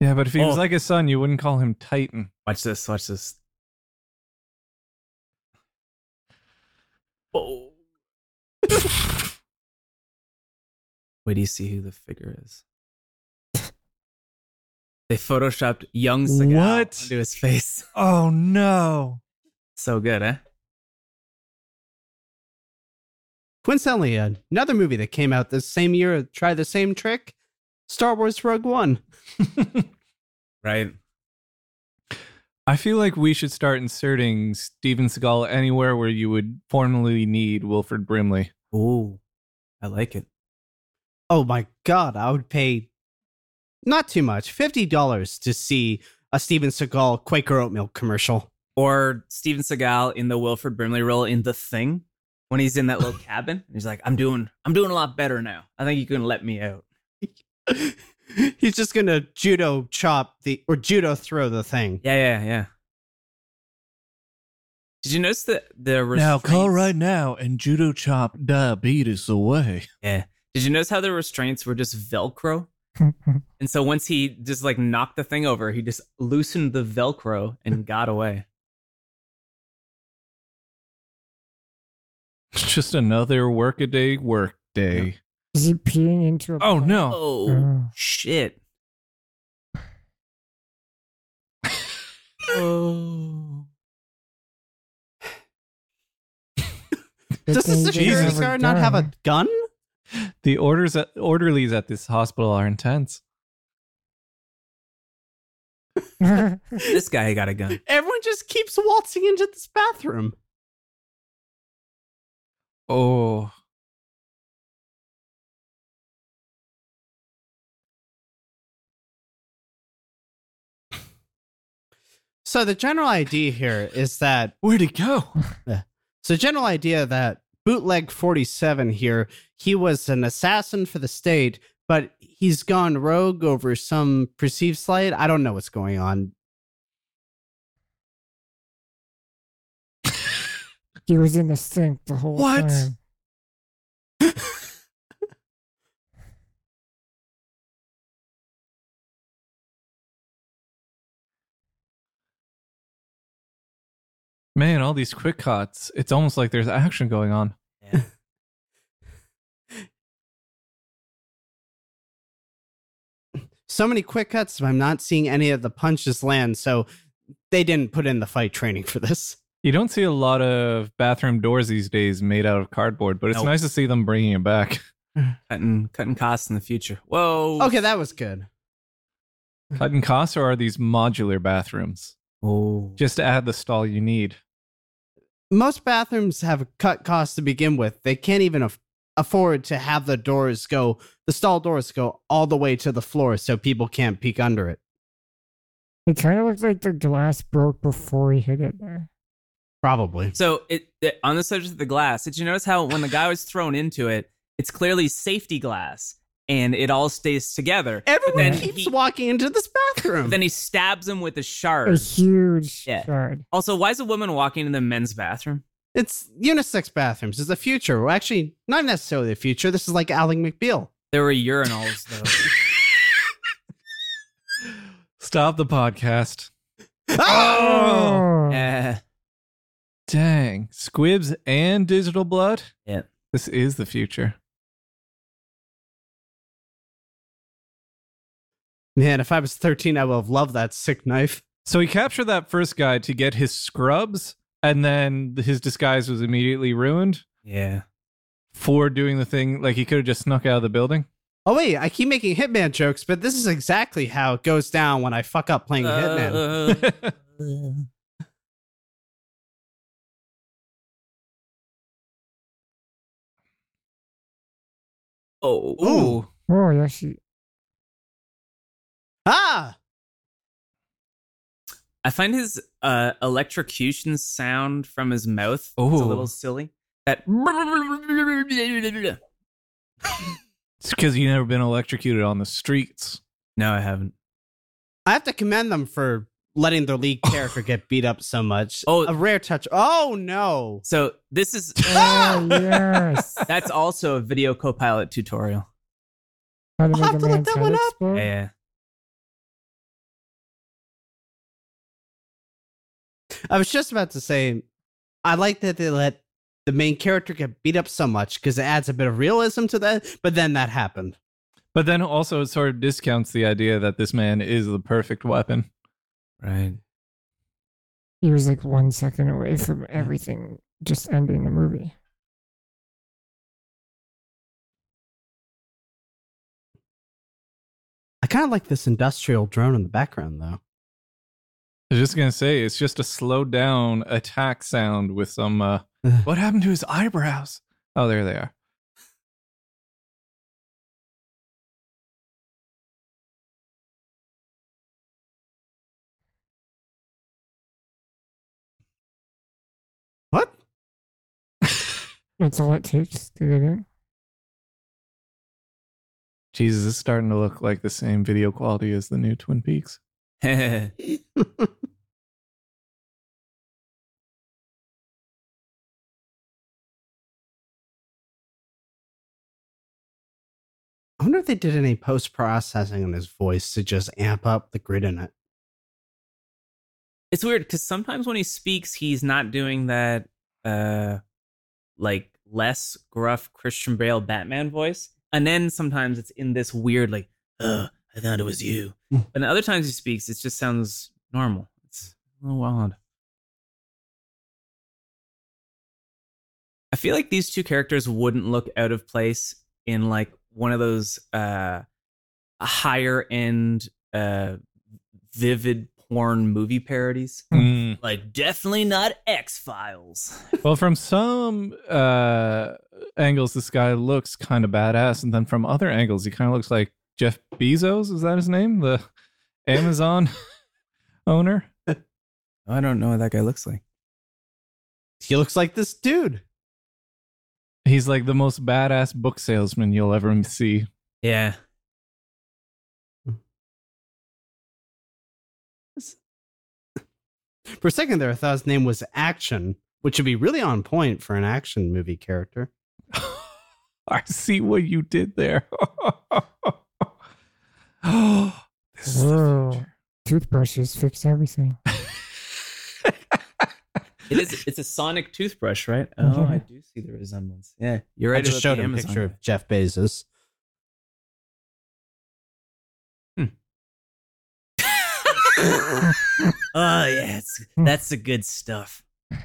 [SPEAKER 1] Yeah, but if he was
[SPEAKER 5] Oh.
[SPEAKER 1] like a son, you wouldn't call him Titan.
[SPEAKER 5] watch this watch this oh Wait, do you see who the figure is? They photoshopped young Seagal
[SPEAKER 1] What?
[SPEAKER 5] onto his face.
[SPEAKER 1] Oh no.
[SPEAKER 5] So good, eh?
[SPEAKER 2] Coincidentally, another movie that came out this same year, try the same trick Star Wars Rogue One.
[SPEAKER 5] Right.
[SPEAKER 1] I feel like we should start inserting Steven Seagal anywhere where you would formally need Wilfred Brimley.
[SPEAKER 5] Ooh, I like it.
[SPEAKER 2] Oh my God, I would pay not too much, $50 to see a Steven Seagal Quaker oatmeal commercial.
[SPEAKER 5] Or Steven Seagal in the Wilfred Brimley role in The Thing when he's in that little cabin. He's like, I'm doing, I'm doing a lot better now. I think you can let me out.
[SPEAKER 2] He's just going to judo chop the, or judo throw the thing.
[SPEAKER 5] Yeah, yeah, yeah. Did you notice that the restraints-
[SPEAKER 1] now and judo chop diabetes away.
[SPEAKER 5] Yeah. Did you notice how the restraints were just Velcro? And so once he just like knocked the thing over, he just loosened the Velcro and got away.
[SPEAKER 1] It's just another workaday workday.
[SPEAKER 4] Is he peeing into a?
[SPEAKER 1] Oh no.
[SPEAKER 5] Oh,
[SPEAKER 4] Oh.
[SPEAKER 5] shit. oh.
[SPEAKER 4] Good
[SPEAKER 2] Does the
[SPEAKER 4] thing they
[SPEAKER 2] security
[SPEAKER 1] Jesus.
[SPEAKER 4] never
[SPEAKER 2] guard not have a
[SPEAKER 4] done.
[SPEAKER 2] gun?
[SPEAKER 1] The orders at, orderlies at this hospital are intense.
[SPEAKER 5] This guy got a gun.
[SPEAKER 2] Everyone just keeps waltzing into this bathroom.
[SPEAKER 1] Oh.
[SPEAKER 2] So the general idea here is that
[SPEAKER 1] Where'd he go?
[SPEAKER 2] So general idea that bootleg 47 here, he was an assassin for the state, but he's gone rogue over some perceived slight. I don't know what's going on.
[SPEAKER 4] He was in the sink the whole
[SPEAKER 1] What?
[SPEAKER 4] time.
[SPEAKER 1] Man, all these quick cuts. It's almost like there's action going on.
[SPEAKER 2] So many quick cuts, I'm not seeing any of the punches land, so they didn't put in the fight training for this.
[SPEAKER 1] You don't see a lot of bathroom doors these days made out of cardboard, but it's
[SPEAKER 5] Nope.
[SPEAKER 1] nice to see them bringing it back.
[SPEAKER 5] cutting cutting costs in the future. Whoa.
[SPEAKER 2] Okay, that was good.
[SPEAKER 1] Cutting costs or are these modular bathrooms?
[SPEAKER 5] Oh.
[SPEAKER 1] Just to add the stall you need.
[SPEAKER 2] Most bathrooms have cut costs to begin with. They can't even af- afford to have the doors go, the stall doors go all the way to the floor so people can't peek under it.
[SPEAKER 4] It kind of looks like the glass broke before he hit it there.
[SPEAKER 2] Probably.
[SPEAKER 5] So it, it- on the subject of the glass, did you notice how when the guy was thrown into it, it's clearly safety glass and it all stays together. But
[SPEAKER 2] Everyone
[SPEAKER 5] then
[SPEAKER 2] keeps
[SPEAKER 5] he,
[SPEAKER 2] walking into this bathroom.
[SPEAKER 5] Then he stabs him with a
[SPEAKER 4] A
[SPEAKER 5] shard.
[SPEAKER 4] huge
[SPEAKER 5] Yeah.
[SPEAKER 4] shard.
[SPEAKER 5] Also, why is a woman walking in the men's bathroom?
[SPEAKER 2] It's unisex bathrooms. It's the future. Well, actually, not necessarily the future. This is like Alec McBeal.
[SPEAKER 5] There were urinals though.
[SPEAKER 1] Stop the podcast.
[SPEAKER 2] Oh!
[SPEAKER 5] uh,
[SPEAKER 1] Dang. Squibs and digital blood?
[SPEAKER 5] Yeah.
[SPEAKER 1] This is the future.
[SPEAKER 2] Man, if I was 13, I would have loved that sick knife.
[SPEAKER 1] So he captured that first guy to get his scrubs, and then his disguise was immediately ruined
[SPEAKER 5] yeah.
[SPEAKER 1] for doing the thing. Like he could have just snuck out of the building.
[SPEAKER 2] Oh, wait, I keep making Hitman jokes, but this is exactly how it goes down when I fuck up playing Hitman.
[SPEAKER 5] Uh, oh.
[SPEAKER 2] Ooh.
[SPEAKER 4] Oh, yeah, she.
[SPEAKER 2] Ah!
[SPEAKER 5] I find his uh, electrocution sound from his mouth is a
[SPEAKER 1] Ooh.
[SPEAKER 5] little silly. That
[SPEAKER 1] It's because you've never been electrocuted on the streets.
[SPEAKER 5] no, I haven't.
[SPEAKER 2] I have to commend them for letting their lead character get beat up so much.
[SPEAKER 5] Oh.
[SPEAKER 2] a rare touch. Oh, no.
[SPEAKER 5] So this is
[SPEAKER 4] Oh, yes.
[SPEAKER 5] that's also a video copilot tutorial.
[SPEAKER 4] How to
[SPEAKER 2] I'll
[SPEAKER 4] make
[SPEAKER 2] have
[SPEAKER 4] a
[SPEAKER 2] to look
[SPEAKER 4] man's
[SPEAKER 2] that
[SPEAKER 4] head
[SPEAKER 2] one up.
[SPEAKER 4] explode.
[SPEAKER 5] Yeah.
[SPEAKER 2] I was just about to say, I like that they let the main character get beat up so much because it adds a bit of realism to that, but then that happened.
[SPEAKER 1] But then also, it sort of discounts the idea that this man is the perfect weapon.
[SPEAKER 5] Right.
[SPEAKER 4] He was like one second away from everything just ending the movie.
[SPEAKER 2] I kind of like this industrial drone in the background, though.
[SPEAKER 1] I was just gonna say, it's just a slowed down attack sound with some. Uh, what happened to his eyebrows? Oh, there they are.
[SPEAKER 2] What?
[SPEAKER 4] That's all it takes to get in.
[SPEAKER 1] Jesus, it's starting to look like the same video quality as the new Twin Peaks.
[SPEAKER 2] I wonder if they did any post processing on his voice to just amp up the grit in it.
[SPEAKER 5] it's weird because sometimes when he speaks, he's not doing that, uh, like less gruff Christian Bale Batman voice, and then sometimes it's in this weird like,
[SPEAKER 3] Uh, I thought it was you.
[SPEAKER 5] and other times he speaks, it just sounds normal. It's a little odd. I feel like these two characters wouldn't look out of place in like one of those uh higher end uh vivid porn movie parodies.
[SPEAKER 1] Mm.
[SPEAKER 3] Like, definitely not X Files.
[SPEAKER 1] Well, from some uh, angles, this guy looks kind of badass, and then from other angles, he kind of looks like Jeff Bezos. Is that his name? The Amazon owner.
[SPEAKER 5] I don't know what that guy looks like.
[SPEAKER 2] He looks like this dude.
[SPEAKER 1] He's like the most badass book salesman you'll ever see.
[SPEAKER 5] Yeah.
[SPEAKER 2] For a second there, I thought his name was Action, which would be really on point for an action movie character.
[SPEAKER 1] I see what you did there. this is the
[SPEAKER 4] Whoa.
[SPEAKER 1] future.
[SPEAKER 4] Toothbrushes fix everything.
[SPEAKER 5] It is it's a sonic toothbrush, right? Oh, I do see the resemblance. Yeah. You're right.
[SPEAKER 2] I just
[SPEAKER 5] about
[SPEAKER 2] showed
[SPEAKER 5] the
[SPEAKER 2] him a
[SPEAKER 5] Amazon
[SPEAKER 2] picture
[SPEAKER 5] guy.
[SPEAKER 2] of Jeff Bezos.
[SPEAKER 3] Oh, yeah, it's, that's the good stuff.
[SPEAKER 5] I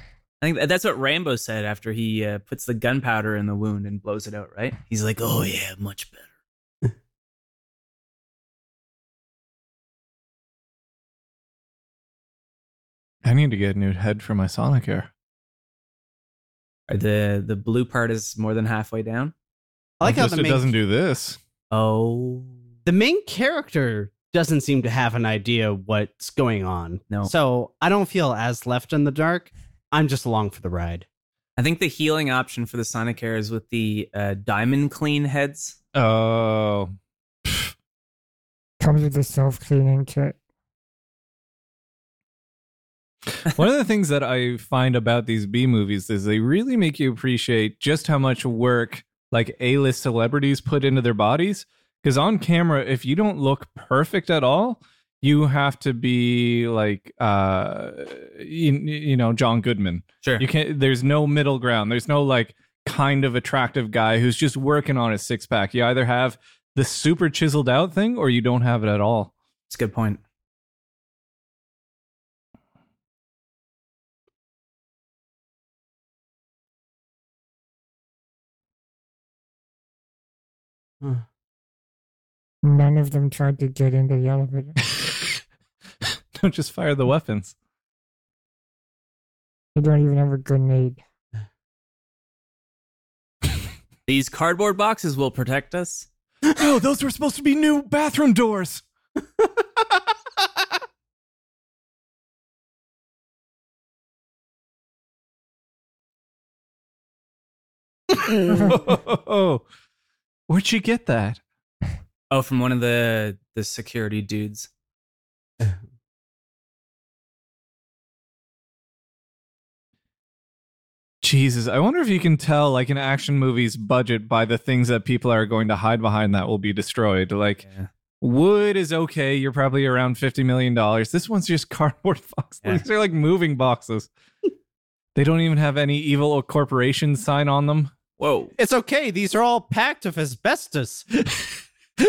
[SPEAKER 5] think that's what Rambo said after he uh, puts the gunpowder in the wound and blows it out. Right?
[SPEAKER 3] He's like, oh yeah, much better.
[SPEAKER 1] I need to get a new head for my Sonicare.
[SPEAKER 5] Or the the blue part is more than halfway down.
[SPEAKER 2] I like how
[SPEAKER 1] Just
[SPEAKER 2] the
[SPEAKER 1] it
[SPEAKER 2] main,
[SPEAKER 1] doesn't do this.
[SPEAKER 5] Oh,
[SPEAKER 2] the main character doesn't seem to have an idea what's going on.
[SPEAKER 5] No.
[SPEAKER 2] So I don't feel as left in the dark. I'm just along for the ride.
[SPEAKER 5] I think the healing option for the Sonic Air is with the uh, diamond clean heads.
[SPEAKER 1] Oh,
[SPEAKER 4] Comes with a self cleaning kit.
[SPEAKER 1] One of the things that I find about these B movies is they really make you appreciate just how much work like A list celebrities put into their bodies. Because on camera, if you don't look perfect at all, you have to be like, uh, you, you know, John Goodman.
[SPEAKER 5] Sure.
[SPEAKER 1] You can't. There's no middle ground. There's no like kind of attractive guy who's just working on his six pack. You either have the super chiseled out thing, or you don't have it at all.
[SPEAKER 5] It's a good point.
[SPEAKER 4] None of them tried to get into the elevator.
[SPEAKER 1] don't just fire the weapons.
[SPEAKER 4] They don't even have a grenade.
[SPEAKER 5] These cardboard boxes will protect us.
[SPEAKER 1] No, those were supposed to be new bathroom doors. Where'd you get that?
[SPEAKER 5] Oh, from one of the the security dudes.
[SPEAKER 1] Jesus, I wonder if you can tell like an action movie's budget by the things that people are going to hide behind that will be destroyed. Like
[SPEAKER 5] Yeah.
[SPEAKER 1] wood is okay, you're probably around fifty million dollars. This one's just cardboard boxes.
[SPEAKER 5] Yeah.
[SPEAKER 1] These are like moving boxes. they don't even have any evil corporation sign on them.
[SPEAKER 5] Whoa.
[SPEAKER 2] It's okay. These are all packed of asbestos.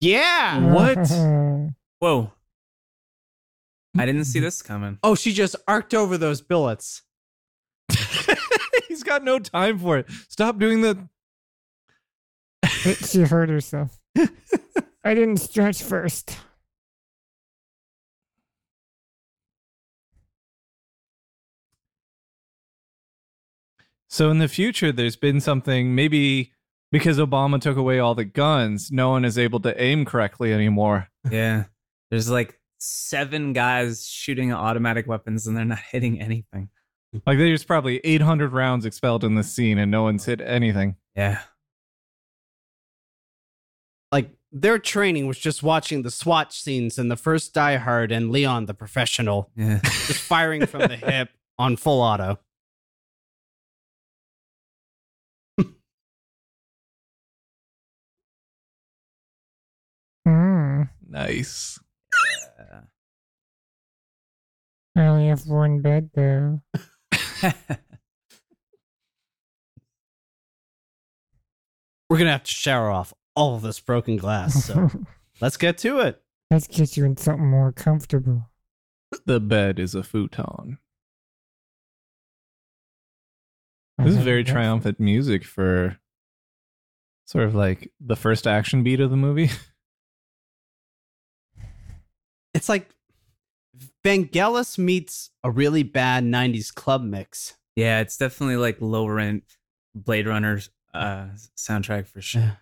[SPEAKER 2] Yeah.
[SPEAKER 1] What?
[SPEAKER 5] Whoa. I didn't see this coming.
[SPEAKER 2] Oh, she just arced over those billets.
[SPEAKER 1] He's got no time for it. Stop doing the.
[SPEAKER 4] she hurt herself. I didn't stretch first.
[SPEAKER 1] So in the future, there's been something maybe because Obama took away all the guns, no one is able to aim correctly anymore.
[SPEAKER 5] Yeah. There's like seven guys shooting automatic weapons and they're not hitting anything.
[SPEAKER 1] Like there's probably 800 rounds expelled in this scene, and no one's hit anything.
[SPEAKER 5] Yeah.
[SPEAKER 2] Like their training was just watching the SWAT scenes in the first Die Hard and Leon the Professional,
[SPEAKER 5] Yeah.
[SPEAKER 2] just firing from the hip on full auto.
[SPEAKER 4] Mm.
[SPEAKER 1] Nice.
[SPEAKER 4] I only have one bed though.
[SPEAKER 2] We're gonna have to shower off all of this broken glass. So let's get to it.
[SPEAKER 4] Let's get you in something more comfortable.
[SPEAKER 1] The bed is a futon. This
[SPEAKER 4] Uh-huh,
[SPEAKER 1] is very triumphant music for sort of like the first action beat of the movie.
[SPEAKER 2] It's like Vangelis meets a really bad '90s club mix.
[SPEAKER 5] yeah, it's definitely like low rent Blade Runner's uh soundtrack for sure.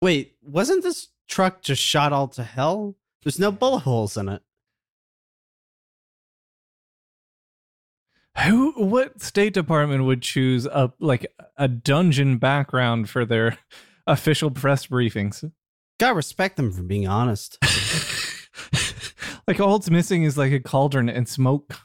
[SPEAKER 2] Wait, wasn't this truck just shot all to hell? There's no bullet holes in it.
[SPEAKER 1] Who? What State Department would choose a like a dungeon background for their official press briefings?
[SPEAKER 2] Gotta respect them for being honest.
[SPEAKER 1] like all it's missing is like a cauldron and smoke.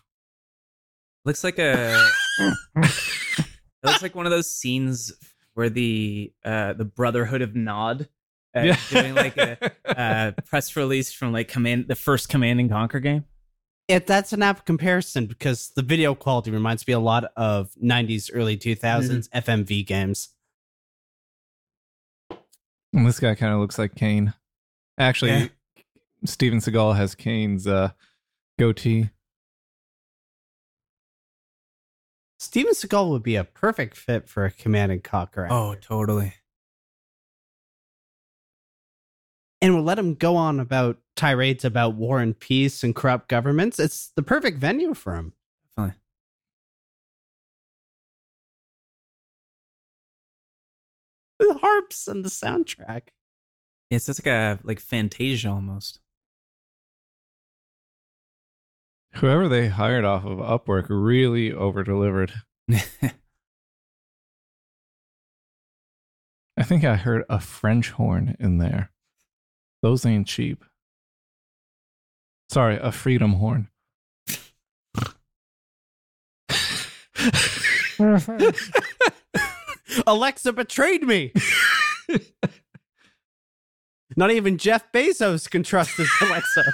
[SPEAKER 5] Looks like a it looks like one of those scenes where the uh the Brotherhood of Nod uh, doing like a uh press release from like command the first command and conquer game.
[SPEAKER 2] it, that's an apt comparison because the video quality reminds me a lot of 90s, early 2000s FMV games.
[SPEAKER 1] And this guy kind of looks like Kane. Actually,
[SPEAKER 5] Yeah.
[SPEAKER 1] Steven Seagal has Kane's uh, goatee.
[SPEAKER 2] Steven Seagal would be a perfect fit for a Command and Conquer.
[SPEAKER 5] Oh, totally.
[SPEAKER 2] and will let him go on about tirades about war and peace and corrupt governments. It's the perfect venue for him.
[SPEAKER 5] Definitely.
[SPEAKER 2] The harps and the soundtrack.
[SPEAKER 5] It's just like a like Fantasia almost.
[SPEAKER 1] Whoever they hired off of Upwork really over delivered. I think I heard a French horn in there. Those ain't cheap. Sorry, a freedom horn.
[SPEAKER 2] Alexa betrayed me. Not even Jeff Bezos can trust his Alexa.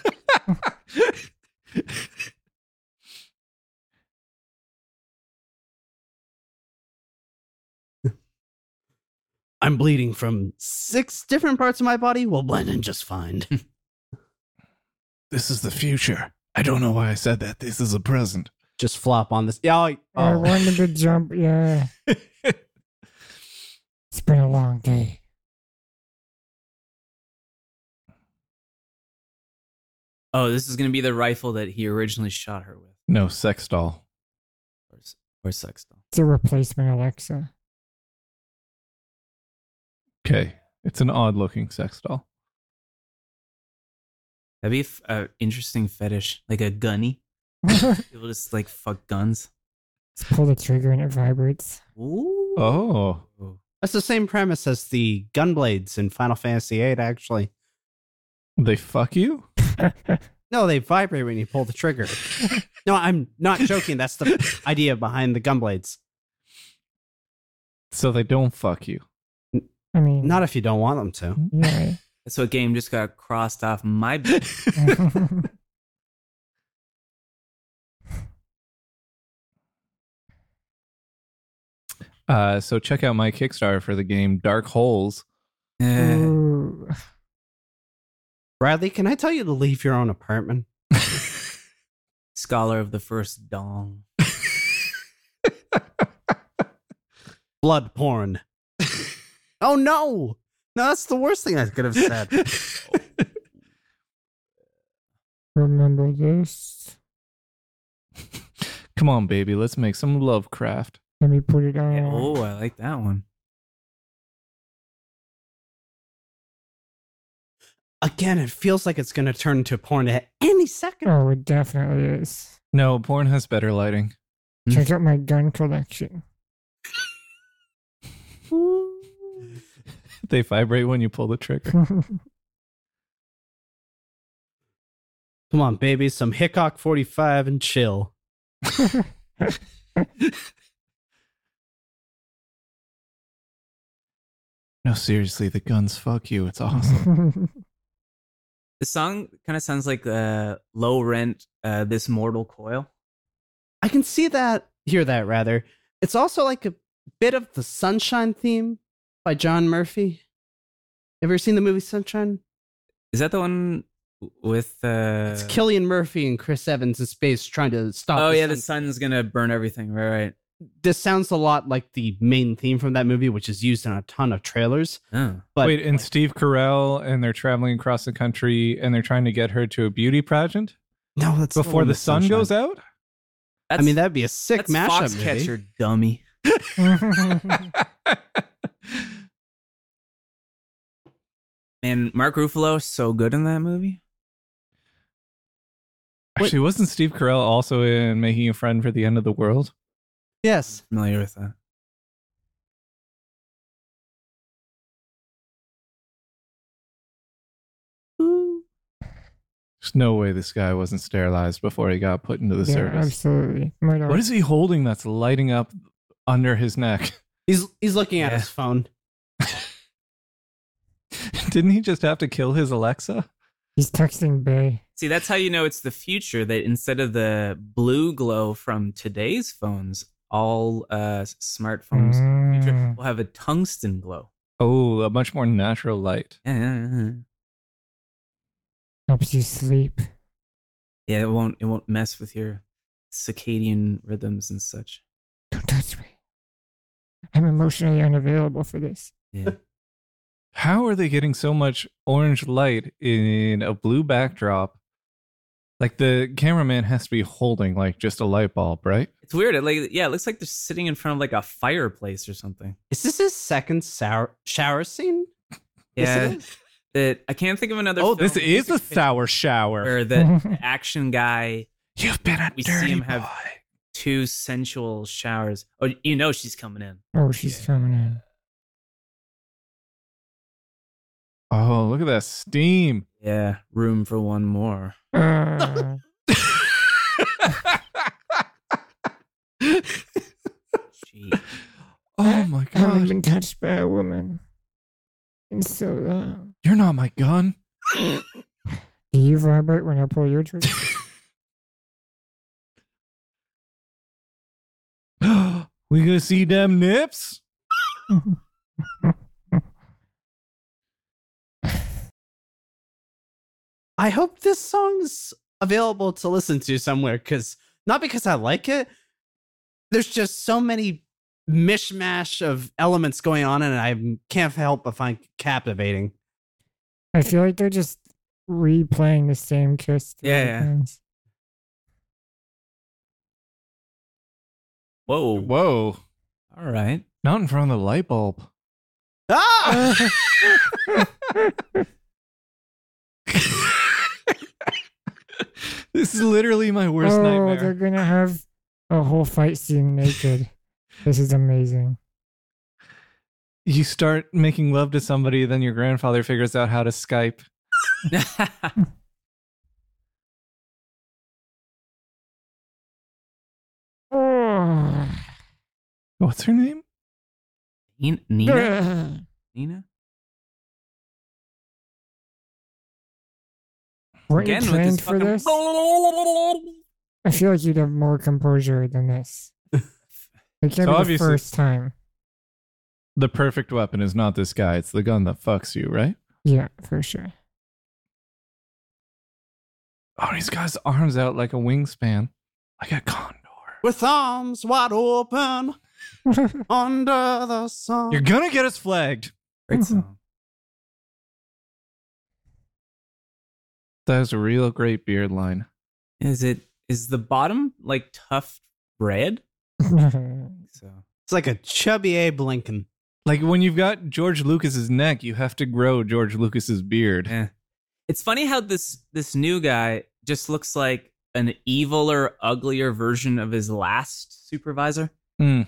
[SPEAKER 2] I'm bleeding from six different parts of my body. We'll blend in just fine.
[SPEAKER 1] This is the future. I don't know why I said that. This is a present.
[SPEAKER 2] just flop on this. Yeah, I-
[SPEAKER 4] I
[SPEAKER 2] oh.
[SPEAKER 4] wanted to jump. Yeah. it's been a long day.
[SPEAKER 5] Oh, this is gonna be the rifle that he originally shot her with,
[SPEAKER 1] No, sex doll.
[SPEAKER 5] or, s- or sex doll.
[SPEAKER 4] It's a replacement Alexa.
[SPEAKER 1] Okay. It's an odd looking sex doll.
[SPEAKER 5] That'd be f- a interesting fetish, like a gunny.
[SPEAKER 4] Just
[SPEAKER 5] People just like fuck guns.
[SPEAKER 4] pull the trigger and it vibrates.
[SPEAKER 5] Ooh.
[SPEAKER 1] Oh.
[SPEAKER 2] that's the same premise as the gunblades in Final Fantasy VIII. Actually,
[SPEAKER 1] They fuck you?
[SPEAKER 2] no, they vibrate when you pull the trigger. no, I'm not joking. That's the idea behind the gunblades.
[SPEAKER 1] So they don't fuck you.
[SPEAKER 4] I mean,
[SPEAKER 2] Not if you don't want them to.
[SPEAKER 4] yeah.
[SPEAKER 5] So a game just got crossed off my. eh,
[SPEAKER 1] Uh, so check out my Kickstarter for the game Dark Holes.
[SPEAKER 2] Mm.
[SPEAKER 5] Eh,
[SPEAKER 4] Ooh.
[SPEAKER 2] Bradley, can I tell you to leave your own apartment?
[SPEAKER 5] scholar of the first dong.
[SPEAKER 2] Blood porn. oh no, no, that's the worst thing I could have said.
[SPEAKER 4] Remember this?
[SPEAKER 1] Come on, baby, let's make some Lovecraft.
[SPEAKER 4] Let me put it on.
[SPEAKER 5] Yeah, oh, I like that one.
[SPEAKER 2] Again, it feels like it's going to turn into porn at any second.
[SPEAKER 4] Oh, it definitely is.
[SPEAKER 1] No, porn has better lighting.
[SPEAKER 5] Hmm.
[SPEAKER 4] Check out my gun collection.
[SPEAKER 1] They vibrate when you pull the trigger.
[SPEAKER 2] Come on, baby, some Hickok 45 and chill.
[SPEAKER 1] No, seriously, the guns fuck you. It's awesome.
[SPEAKER 5] The song kind of sounds like uh, low rent. Uh, this mortal coil.
[SPEAKER 2] I can see that, hear that rather. It's also like a bit of the Sunshine theme by John Murphy. Ever seen the movie Sunshine?
[SPEAKER 5] Is that the one with? Uh,
[SPEAKER 2] it's Killian Murphy and Chris Evans in space trying to stop.
[SPEAKER 5] Oh
[SPEAKER 2] the
[SPEAKER 5] yeah,
[SPEAKER 2] sun.
[SPEAKER 5] the sun's gonna burn everything. Right, right.
[SPEAKER 2] this sounds a lot like the main theme from that movie, which is used in a ton of trailers.
[SPEAKER 5] Oh.
[SPEAKER 2] But
[SPEAKER 1] Wait, and Steve Carell, and they're traveling across the country, and they're trying to get her to a beauty pageant
[SPEAKER 2] no, that's
[SPEAKER 1] before the sun goes out.
[SPEAKER 2] I mean, that'd be a sick
[SPEAKER 5] that's
[SPEAKER 2] mashup movie.
[SPEAKER 5] Foxcatcher, dummy. And Mark Ruffalo is so good in that movie.
[SPEAKER 1] Actually, wasn't Steve Carell also in Making a Friend for the End of the World?
[SPEAKER 2] Yes.
[SPEAKER 5] Familiar with that?
[SPEAKER 1] There's no way this guy wasn't sterilized before he got put into the
[SPEAKER 4] yeah,
[SPEAKER 1] service.
[SPEAKER 4] absolutely. Might
[SPEAKER 1] What is he holding that's lighting up under his neck?
[SPEAKER 2] He's he's looking at
[SPEAKER 5] Yeah.
[SPEAKER 2] his phone.
[SPEAKER 1] Didn't he just have to kill his Alexa?
[SPEAKER 4] He's texting Bay.
[SPEAKER 5] See, that's how you know it's the future. That instead of the blue glow from today's phones, all uh, s- smartphones in the future
[SPEAKER 4] Mm.
[SPEAKER 5] will have a tungsten glow.
[SPEAKER 1] Oh, a much more natural light.
[SPEAKER 5] Yeah,
[SPEAKER 4] Helps you sleep.
[SPEAKER 5] it won't it won't mess with your circadian rhythms and such.
[SPEAKER 4] Don't touch me. I'm emotionally unavailable for this.
[SPEAKER 5] Yeah.
[SPEAKER 1] How are they getting so much orange light in a blue backdrop? Like the cameraman has to be holding like just a light bulb, right?
[SPEAKER 5] It's weird. It like yeah, it looks like they're sitting in front of like a fireplace or something.
[SPEAKER 2] Is this his second sour- shower scene? Yes,
[SPEAKER 5] Yeah,
[SPEAKER 2] it is.
[SPEAKER 5] that I can't think of another.
[SPEAKER 1] Oh, this
[SPEAKER 5] film
[SPEAKER 1] is a
[SPEAKER 5] where-
[SPEAKER 1] sour shower.
[SPEAKER 5] where the action guy
[SPEAKER 1] You've been a
[SPEAKER 5] we see
[SPEAKER 1] dirty
[SPEAKER 5] him have-
[SPEAKER 1] boy.
[SPEAKER 5] two sensual showers. Oh, you know she's coming in.
[SPEAKER 4] Oh, she's coming in.
[SPEAKER 1] Oh, look at that steam.
[SPEAKER 5] Yeah, room for one more.
[SPEAKER 1] Oh,
[SPEAKER 4] Uh,
[SPEAKER 5] Gee.
[SPEAKER 1] oh my
[SPEAKER 4] I haven't
[SPEAKER 1] gosh.
[SPEAKER 4] been touched by a woman in so long.
[SPEAKER 1] You're not my gun.
[SPEAKER 4] Do you vibrate when I pull your trigger?
[SPEAKER 1] we gonna see them nips?
[SPEAKER 2] I hope this song's available to listen to somewhere because not because I like it. There's just so many mishmash of elements going on, and I can't help but find captivating.
[SPEAKER 4] I feel like they're just replaying the same kiss. three
[SPEAKER 5] Yeah, yeah.
[SPEAKER 4] times.
[SPEAKER 5] Whoa.
[SPEAKER 1] Whoa.
[SPEAKER 5] All right.
[SPEAKER 1] Not in front of the light bulb.
[SPEAKER 2] Ah!
[SPEAKER 1] This is literally my worst
[SPEAKER 4] oh, they're
[SPEAKER 1] nightmare.
[SPEAKER 4] gonna have a whole fight scene naked. this is amazing.
[SPEAKER 1] You start making love to somebody, then your grandfather figures out how to Skype.
[SPEAKER 4] Oh,
[SPEAKER 1] What's her name?
[SPEAKER 5] Nina? Nina? Nina?
[SPEAKER 4] weren't you
[SPEAKER 5] Again with
[SPEAKER 4] trained
[SPEAKER 5] this
[SPEAKER 4] for
[SPEAKER 5] fucking.
[SPEAKER 4] this? I feel like you'd have more composure than this. It can't
[SPEAKER 1] So
[SPEAKER 4] be the
[SPEAKER 1] obviously-
[SPEAKER 4] first time.
[SPEAKER 1] The perfect weapon is not this guy, it's the gun that fucks you, right?
[SPEAKER 4] Yeah, for sure.
[SPEAKER 1] Oh, he's got his arms out like a wingspan, like a condor.
[SPEAKER 2] With arms wide open under the sun.
[SPEAKER 1] You're gonna get us flagged.
[SPEAKER 4] Mm-hmm.
[SPEAKER 5] Great song.
[SPEAKER 1] That was a real great beard line.
[SPEAKER 5] Is it is the bottom like tough bread? So
[SPEAKER 2] it's like a chubby Abe Lincoln.
[SPEAKER 1] Like when you've got George Lucas's neck, you have to grow George Lucas's beard.
[SPEAKER 5] eh. it's funny how this this new guy just looks like an eviler, uglier version of his last supervisor.
[SPEAKER 4] Hmm.
[SPEAKER 1] Mm.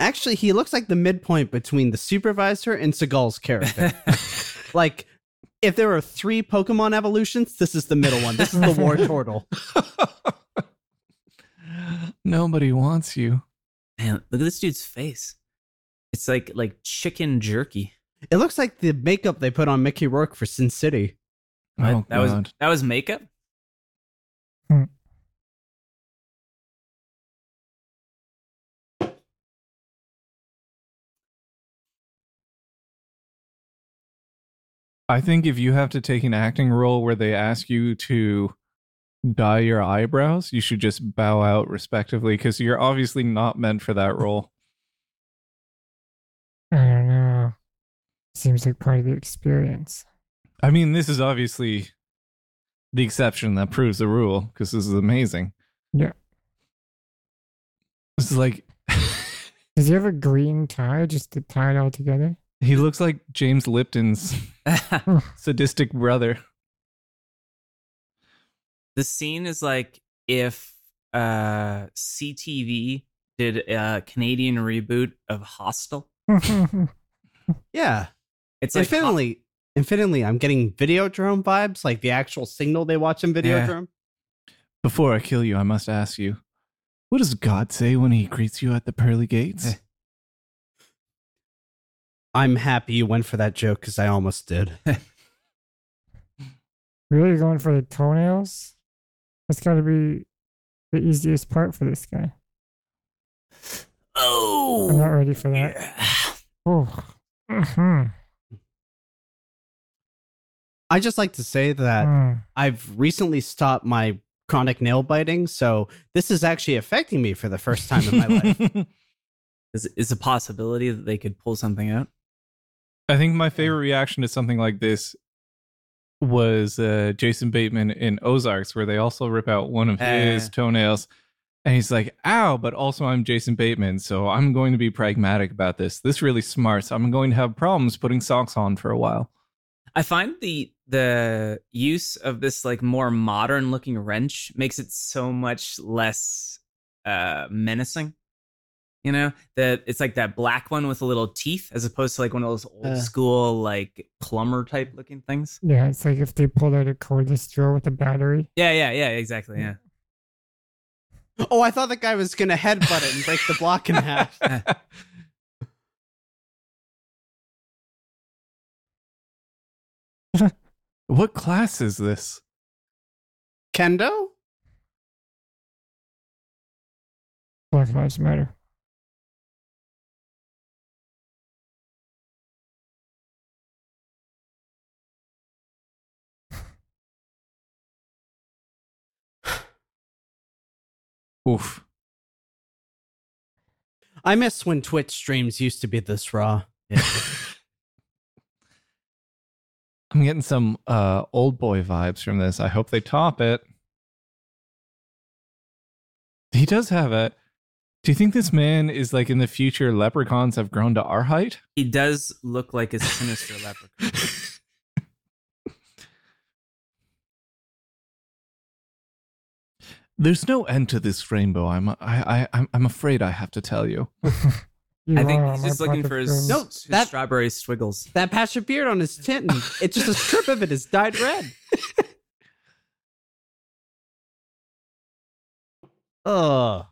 [SPEAKER 2] Actually, he looks like the midpoint between the supervisor and Seagal's character. like, if there are three Pokemon evolutions, this is the middle one. This is the War Turtle.
[SPEAKER 1] Nobody wants you.
[SPEAKER 5] Man, look at this dude's face. It's like like chicken jerky.
[SPEAKER 2] It looks like the makeup they put on Mickey Rourke for Sin City.
[SPEAKER 1] Oh,
[SPEAKER 5] What? that
[SPEAKER 1] God.
[SPEAKER 5] was that was makeup.
[SPEAKER 1] I think if you have to take an acting role where they ask you to dye your eyebrows, you should just bow out respectively because you're obviously not meant for that role.
[SPEAKER 4] I don't know. Seems like part of the experience.
[SPEAKER 1] I mean, this is obviously the exception that proves the rule because this is amazing.
[SPEAKER 4] Yeah.
[SPEAKER 1] This is like,
[SPEAKER 4] Does he have a green tie just to tie it all together?
[SPEAKER 1] he looks like James Lipton's sadistic brother.
[SPEAKER 5] the scene is like if uh CTV did a Canadian reboot of Hostel.
[SPEAKER 2] Yeah.
[SPEAKER 5] It's like
[SPEAKER 2] infinitely, infinitely, I'm getting Videodrome vibes, like the actual signal they watch in Videodrome.
[SPEAKER 1] Before I kill you, I must ask you what does God say when he greets you at the pearly
[SPEAKER 2] Eh,
[SPEAKER 1] gates?
[SPEAKER 2] I'm happy you went for that joke because I almost did.
[SPEAKER 4] Really going for the toenails? That's got to be the easiest part for this guy. I'm not
[SPEAKER 3] Oh,
[SPEAKER 4] ready for that.
[SPEAKER 3] yeah.
[SPEAKER 4] Oh. Mhm.
[SPEAKER 2] I just like to say
[SPEAKER 5] Uh,
[SPEAKER 2] that
[SPEAKER 4] Mm.
[SPEAKER 2] I've recently stopped my chronic nail biting, so this is actually affecting me for the first time in my life.
[SPEAKER 5] Is is a possibility that they could pull something out?
[SPEAKER 1] I think my favorite reaction to something like this was uh, Jason Bateman in Ozarks, where they also rip out one of his
[SPEAKER 5] Uh.
[SPEAKER 1] toenails. And he's like, ow, but also I'm Jason Bateman, so I'm going to be pragmatic about this. This really smarts. I'm going to have problems putting socks on for a while.
[SPEAKER 5] I find the the use of this like more modern looking wrench makes it so much less uh menacing. You know, that it's like that black one with the little teeth as opposed to like one of those old
[SPEAKER 2] Uh.
[SPEAKER 5] school like plumber type looking things.
[SPEAKER 4] Yeah, it's like if they pulled out a cordless drill with a battery.
[SPEAKER 5] Yeah, yeah, yeah, exactly. Yeah.
[SPEAKER 2] oh, I thought the guy was gonna headbutt it and break the block in half.
[SPEAKER 1] what class is this?
[SPEAKER 2] Kendo?
[SPEAKER 4] Black Lives Matter.
[SPEAKER 1] Oof.
[SPEAKER 2] I miss when Twitch streams used to be this raw.
[SPEAKER 1] I'm getting some uh, old boy vibes from this. I hope they top it. He does have it. Do you think this man is like in the future leprechauns have grown to our height?
[SPEAKER 5] He does look like a sinister leprechaun.
[SPEAKER 1] There's no end to this rainbow. I'm I, I I'm- I'm afraid I have to tell you.
[SPEAKER 4] You
[SPEAKER 5] I think
[SPEAKER 4] are
[SPEAKER 5] he's
[SPEAKER 4] my
[SPEAKER 5] just looking
[SPEAKER 4] pocket
[SPEAKER 5] for his,
[SPEAKER 4] friend.
[SPEAKER 2] No,
[SPEAKER 5] his
[SPEAKER 2] that-
[SPEAKER 5] strawberry swiggles.
[SPEAKER 2] That patch of beard on his tin, it's just a strip of it is dyed red. Ugh.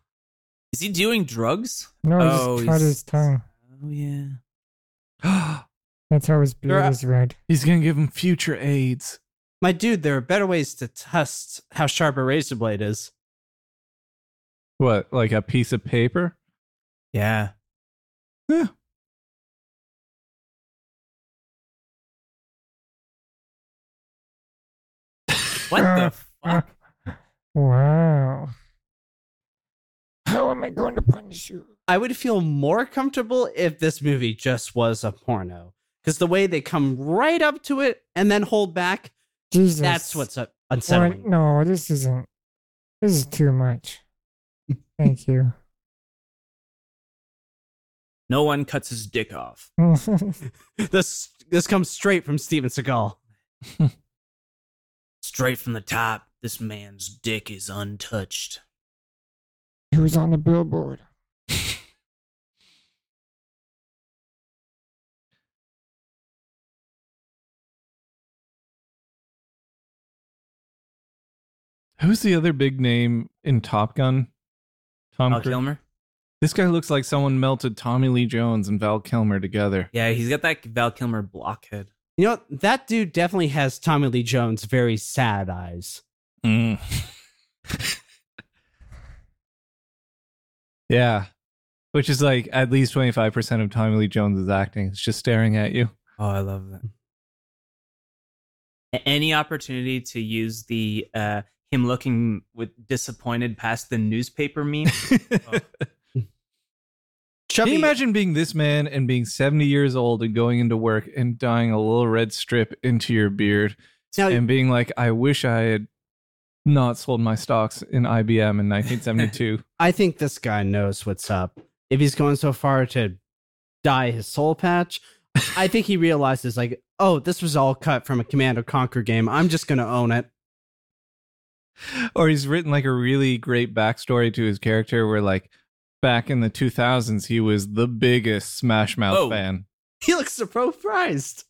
[SPEAKER 5] Is he doing drugs?
[SPEAKER 4] No, he
[SPEAKER 5] Oh,
[SPEAKER 4] just cut
[SPEAKER 5] he's-
[SPEAKER 4] his tongue.
[SPEAKER 5] Oh yeah.
[SPEAKER 4] That's how his beard
[SPEAKER 2] There are-
[SPEAKER 4] is red.
[SPEAKER 1] He's gonna give him future AIDS.
[SPEAKER 2] My dude, there are better ways to test how sharp a razor blade is.
[SPEAKER 1] What, like a piece of paper?
[SPEAKER 5] Yeah. What the
[SPEAKER 4] uh.
[SPEAKER 5] fuck?
[SPEAKER 4] Wow. How am I going to punish you?
[SPEAKER 2] I would feel more comfortable if this movie just was a porno. Because the way they come right up to it and then hold back,
[SPEAKER 4] Jesus.
[SPEAKER 2] that's what's up-
[SPEAKER 4] Or-
[SPEAKER 2] unsettling.
[SPEAKER 4] no, this isn't. This is too much. Thank you.
[SPEAKER 5] No one cuts his dick off.
[SPEAKER 2] This this comes straight from Steven Seagal.
[SPEAKER 3] Straight from the top, this man's dick is untouched.
[SPEAKER 4] he was on the billboard.
[SPEAKER 1] Who's the other big name in Top Gun? Tom
[SPEAKER 5] Val
[SPEAKER 1] Cruise.
[SPEAKER 5] Kilmer?
[SPEAKER 1] This guy looks like someone melted Tommy Lee Jones and Val Kilmer together.
[SPEAKER 5] Yeah, he's got that Val Kilmer blockhead.
[SPEAKER 2] You know, that dude definitely has Tommy Lee Jones' very sad eyes.
[SPEAKER 1] yeah. Which is like at least 25% of Tommy Lee Jones' acting. It's just staring at you.
[SPEAKER 5] Oh, I love that. A- Any opportunity to use the uh him looking with disappointed past the newspaper meme? Oh,
[SPEAKER 1] Can
[SPEAKER 2] Oh. Chubby,
[SPEAKER 1] you imagine being this man and being 70 years old and going into work and dyeing a little red strip into your beard
[SPEAKER 2] Now-
[SPEAKER 1] and being like, I wish I had not sold my stocks in IBM in 1972.
[SPEAKER 2] I think this guy knows what's up. If he's going so far to dye his soul patch, I think he realizes, like, oh, this was all cut from a Command & Conquer game. I'm just going to own it.
[SPEAKER 1] or he's written like a really great backstory to his character where, like, back in the 2000s, he was the biggest Smash Mouth
[SPEAKER 5] Whoa.
[SPEAKER 1] fan.
[SPEAKER 2] He looks surprised.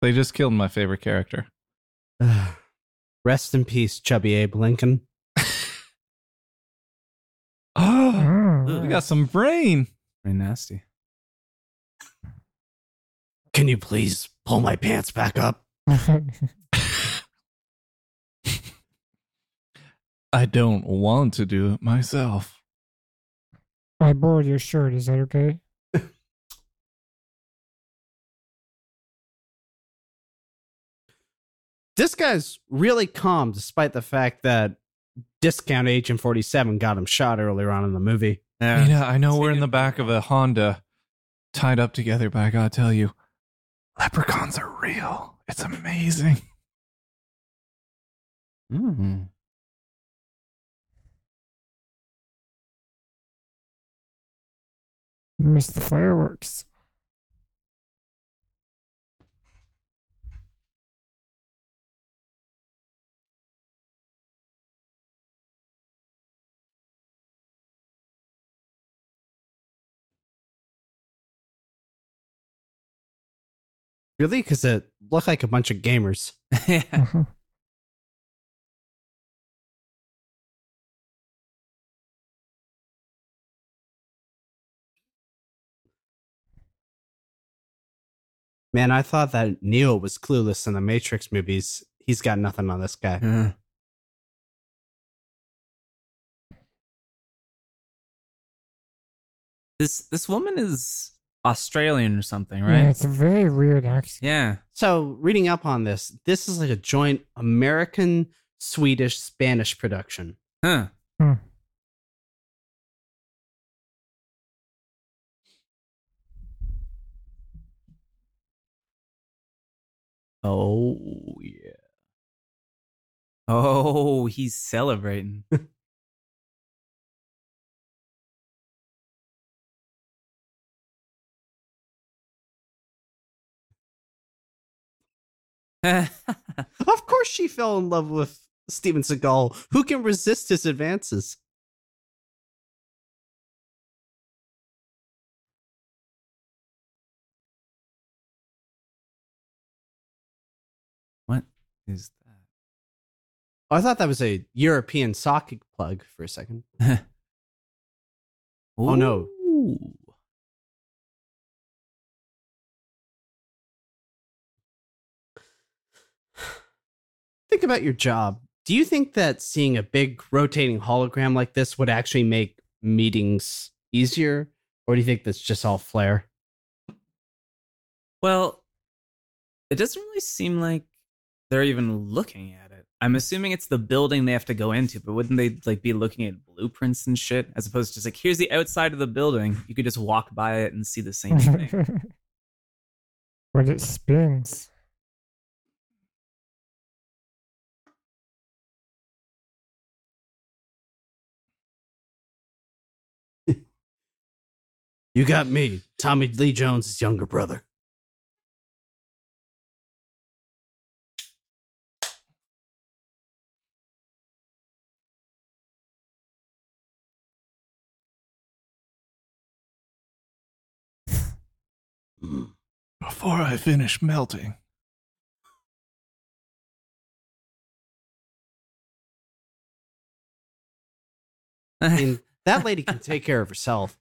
[SPEAKER 1] They just killed my favorite character.
[SPEAKER 2] Rest in peace, Chubby Abe Lincoln.
[SPEAKER 1] Oh,
[SPEAKER 4] Mm.
[SPEAKER 1] we got some brain.
[SPEAKER 5] Very nasty.
[SPEAKER 2] Can you please pull my pants back up?
[SPEAKER 1] I don't want to do it myself.
[SPEAKER 4] I borrowed your shirt. Is that okay?
[SPEAKER 2] This guy's really calm despite the fact that discount agent 47 got him shot earlier on in the movie.
[SPEAKER 5] Yeah.
[SPEAKER 1] Mina, I know
[SPEAKER 5] See
[SPEAKER 1] we're in
[SPEAKER 5] you.
[SPEAKER 1] the back of a Honda tied up together, but I gotta tell you, leprechauns are real. It's amazing.
[SPEAKER 4] Missed the fireworks.
[SPEAKER 2] Really? Because it looked like a bunch of gamers.
[SPEAKER 5] Yeah.
[SPEAKER 4] Mhm.
[SPEAKER 2] Man, I thought that Neo was clueless in the Matrix movies. He's got nothing on this guy.
[SPEAKER 5] Yeah. This this woman is Australian or something,
[SPEAKER 4] Yeah,
[SPEAKER 5] right?
[SPEAKER 4] it's a very weird accent.
[SPEAKER 5] Yeah.
[SPEAKER 2] So, reading up on this, this is like a joint American, Swedish, Spanish production.
[SPEAKER 5] Huh. Oh yeah. Oh, he's celebrating.
[SPEAKER 2] Of course, she fell in love with Steven Seagal, who can resist his advances.
[SPEAKER 5] what is that?
[SPEAKER 2] Oh, I thought that was a European socket plug for a second. Oh, no.
[SPEAKER 5] Ooh.
[SPEAKER 2] Think about your job. Do you think that seeing a big rotating hologram like this would actually make meetings easier? Or do you think that's just all flair?
[SPEAKER 5] Well, it doesn't really seem like they're even looking at it. I'm assuming it's the building they have to go into, but wouldn't they like be looking at blueprints and shit as opposed to just like here's the outside of the building. You could just walk by it and see the same thing.
[SPEAKER 4] but it spins.
[SPEAKER 2] You got me, Tommy Lee Jones' younger brother.
[SPEAKER 1] Before I finish melting.
[SPEAKER 2] I mean, that lady can take care of herself.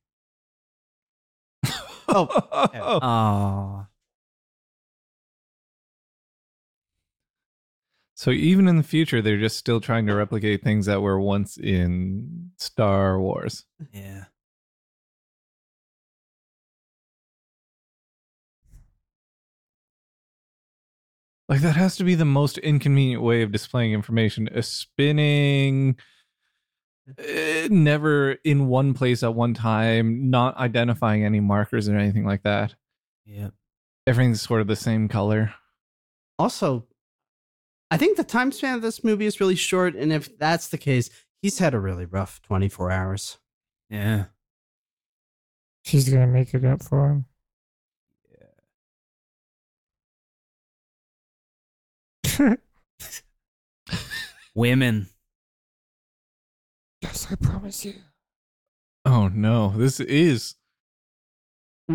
[SPEAKER 2] Oh,
[SPEAKER 5] Oh.
[SPEAKER 1] So even in the future, they're just still trying to replicate things that were once in Star Wars.
[SPEAKER 5] Yeah.
[SPEAKER 1] Like that has to be the most inconvenient way of displaying information. A spinning, eh, never in one place at one time, not identifying any markers or anything like that.
[SPEAKER 5] Yeah.
[SPEAKER 1] Everything's sort of the same color.
[SPEAKER 2] Also, I think the time span of this movie is really short. And if that's the case, he's had a really rough 24 hours.
[SPEAKER 5] Yeah.
[SPEAKER 4] She's gonna make it up for him.
[SPEAKER 5] Women.
[SPEAKER 4] yes, I promise you.
[SPEAKER 1] Oh no, this is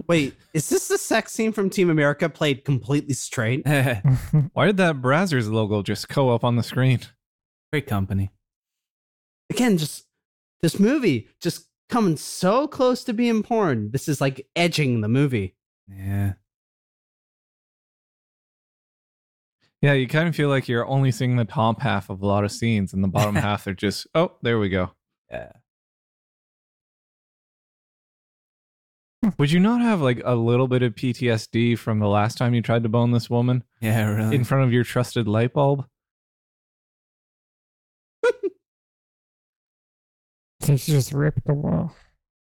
[SPEAKER 2] Wait, is this the sex scene from Team America played completely straight?
[SPEAKER 5] Great
[SPEAKER 1] why did that Brazzers logo just go up on the screen?
[SPEAKER 5] company.
[SPEAKER 2] Again, just this movie just coming so close to being porn. This is like edging the movie.
[SPEAKER 5] Yeah.
[SPEAKER 1] Yeah, you kind of feel like you're only seeing the top half of a lot of scenes, and the bottom half they're just, oh, there we go.
[SPEAKER 5] Yeah.
[SPEAKER 1] Hmm. Would you not have like a little bit of PTSD from the last time you tried to bone this woman
[SPEAKER 5] Yeah, really.
[SPEAKER 1] in front of your trusted light bulb?
[SPEAKER 4] I think she just ripped the wall.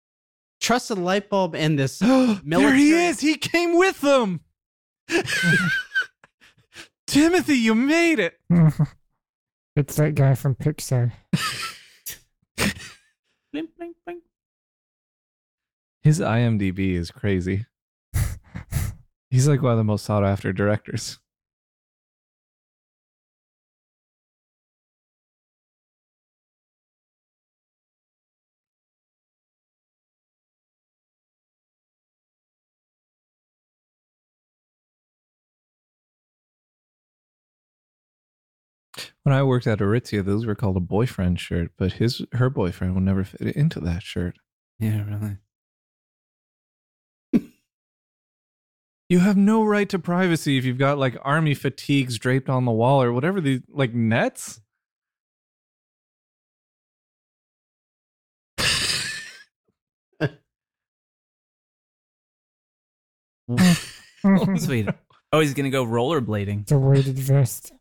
[SPEAKER 2] Trusted light bulb and this
[SPEAKER 1] There
[SPEAKER 2] Military-
[SPEAKER 1] he is. He came with them. Timothy, you made it.
[SPEAKER 4] it's that guy from Pixar.
[SPEAKER 3] Blink, blink, blink.
[SPEAKER 1] His IMDb is crazy. He's like one of the most sought after directors. When I worked at Aritzia, those were called a boyfriend shirt, but his her boyfriend would never fit into that shirt.
[SPEAKER 5] yeah, really.
[SPEAKER 1] You have no right to privacy if you've got like army fatigues draped on the wall or whatever these like nets.
[SPEAKER 4] it's
[SPEAKER 5] Sweet. Oh, he's gonna go rollerblading.
[SPEAKER 4] a weighted vest.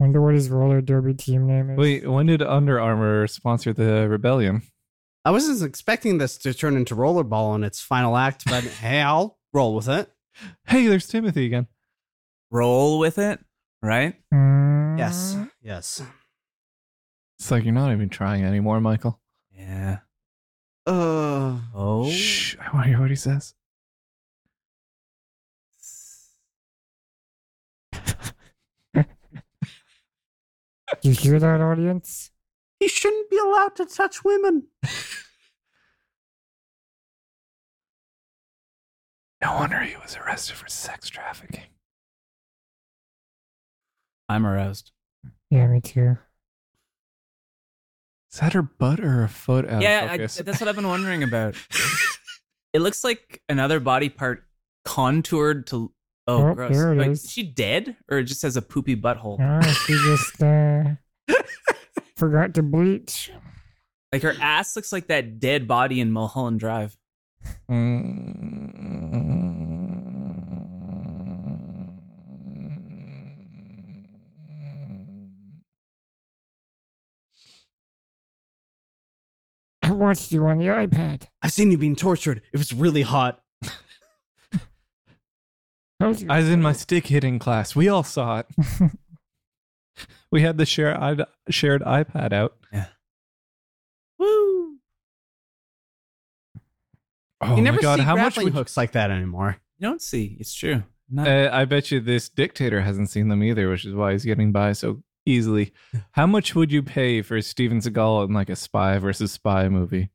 [SPEAKER 4] Wonder what his roller derby team name is.
[SPEAKER 1] Wait, when did Under Armour sponsor the rebellion?
[SPEAKER 2] I wasn't expecting this to turn into rollerball in its final act, but hey, I'll roll with it.
[SPEAKER 1] Hey, there's Timothy again.
[SPEAKER 5] Roll with it, right?
[SPEAKER 4] Mm,
[SPEAKER 2] Yes. Yes.
[SPEAKER 1] It's like you're not even trying anymore, Michael.
[SPEAKER 5] Yeah.
[SPEAKER 2] Uh,
[SPEAKER 5] Oh.
[SPEAKER 1] Shh, I want to hear what he says.
[SPEAKER 4] You hear that, audience?
[SPEAKER 2] he shouldn't be allowed to touch women.
[SPEAKER 1] No wonder he was arrested for sex trafficking.
[SPEAKER 5] I'm aroused.
[SPEAKER 4] Yeah, me too.
[SPEAKER 1] Is that her butt or her foot out
[SPEAKER 5] yeah,
[SPEAKER 1] of
[SPEAKER 5] I,
[SPEAKER 1] focus?
[SPEAKER 5] that's what I've been wondering about. it looks like another body part contoured to. Oh,
[SPEAKER 4] Oh,
[SPEAKER 5] gross.
[SPEAKER 4] there it
[SPEAKER 5] Like,
[SPEAKER 4] is.
[SPEAKER 5] she dead, or it just has a poopy butthole?
[SPEAKER 4] Ah, she just uh, forgot to bleach.
[SPEAKER 5] Like her ass looks like that dead body in Mulholland Drive.
[SPEAKER 1] Mm.
[SPEAKER 4] I watched you on the iPad.
[SPEAKER 2] I've seen you being tortured. It was really hot.
[SPEAKER 4] How's your
[SPEAKER 1] I was in my stick hitting class. We all saw it. we had the share, i shared iPad out.
[SPEAKER 5] Yeah.
[SPEAKER 1] Woo. Oh
[SPEAKER 2] you never
[SPEAKER 1] my god!
[SPEAKER 2] see
[SPEAKER 1] How much
[SPEAKER 2] grappling
[SPEAKER 1] would
[SPEAKER 2] hooks like that anymore.
[SPEAKER 5] You don't see. It's true. Not,
[SPEAKER 1] Uh, I bet you this dictator hasn't seen them either, which is why he's getting by so easily. How much would you pay for Steven Seagal in like a spy versus spy movie?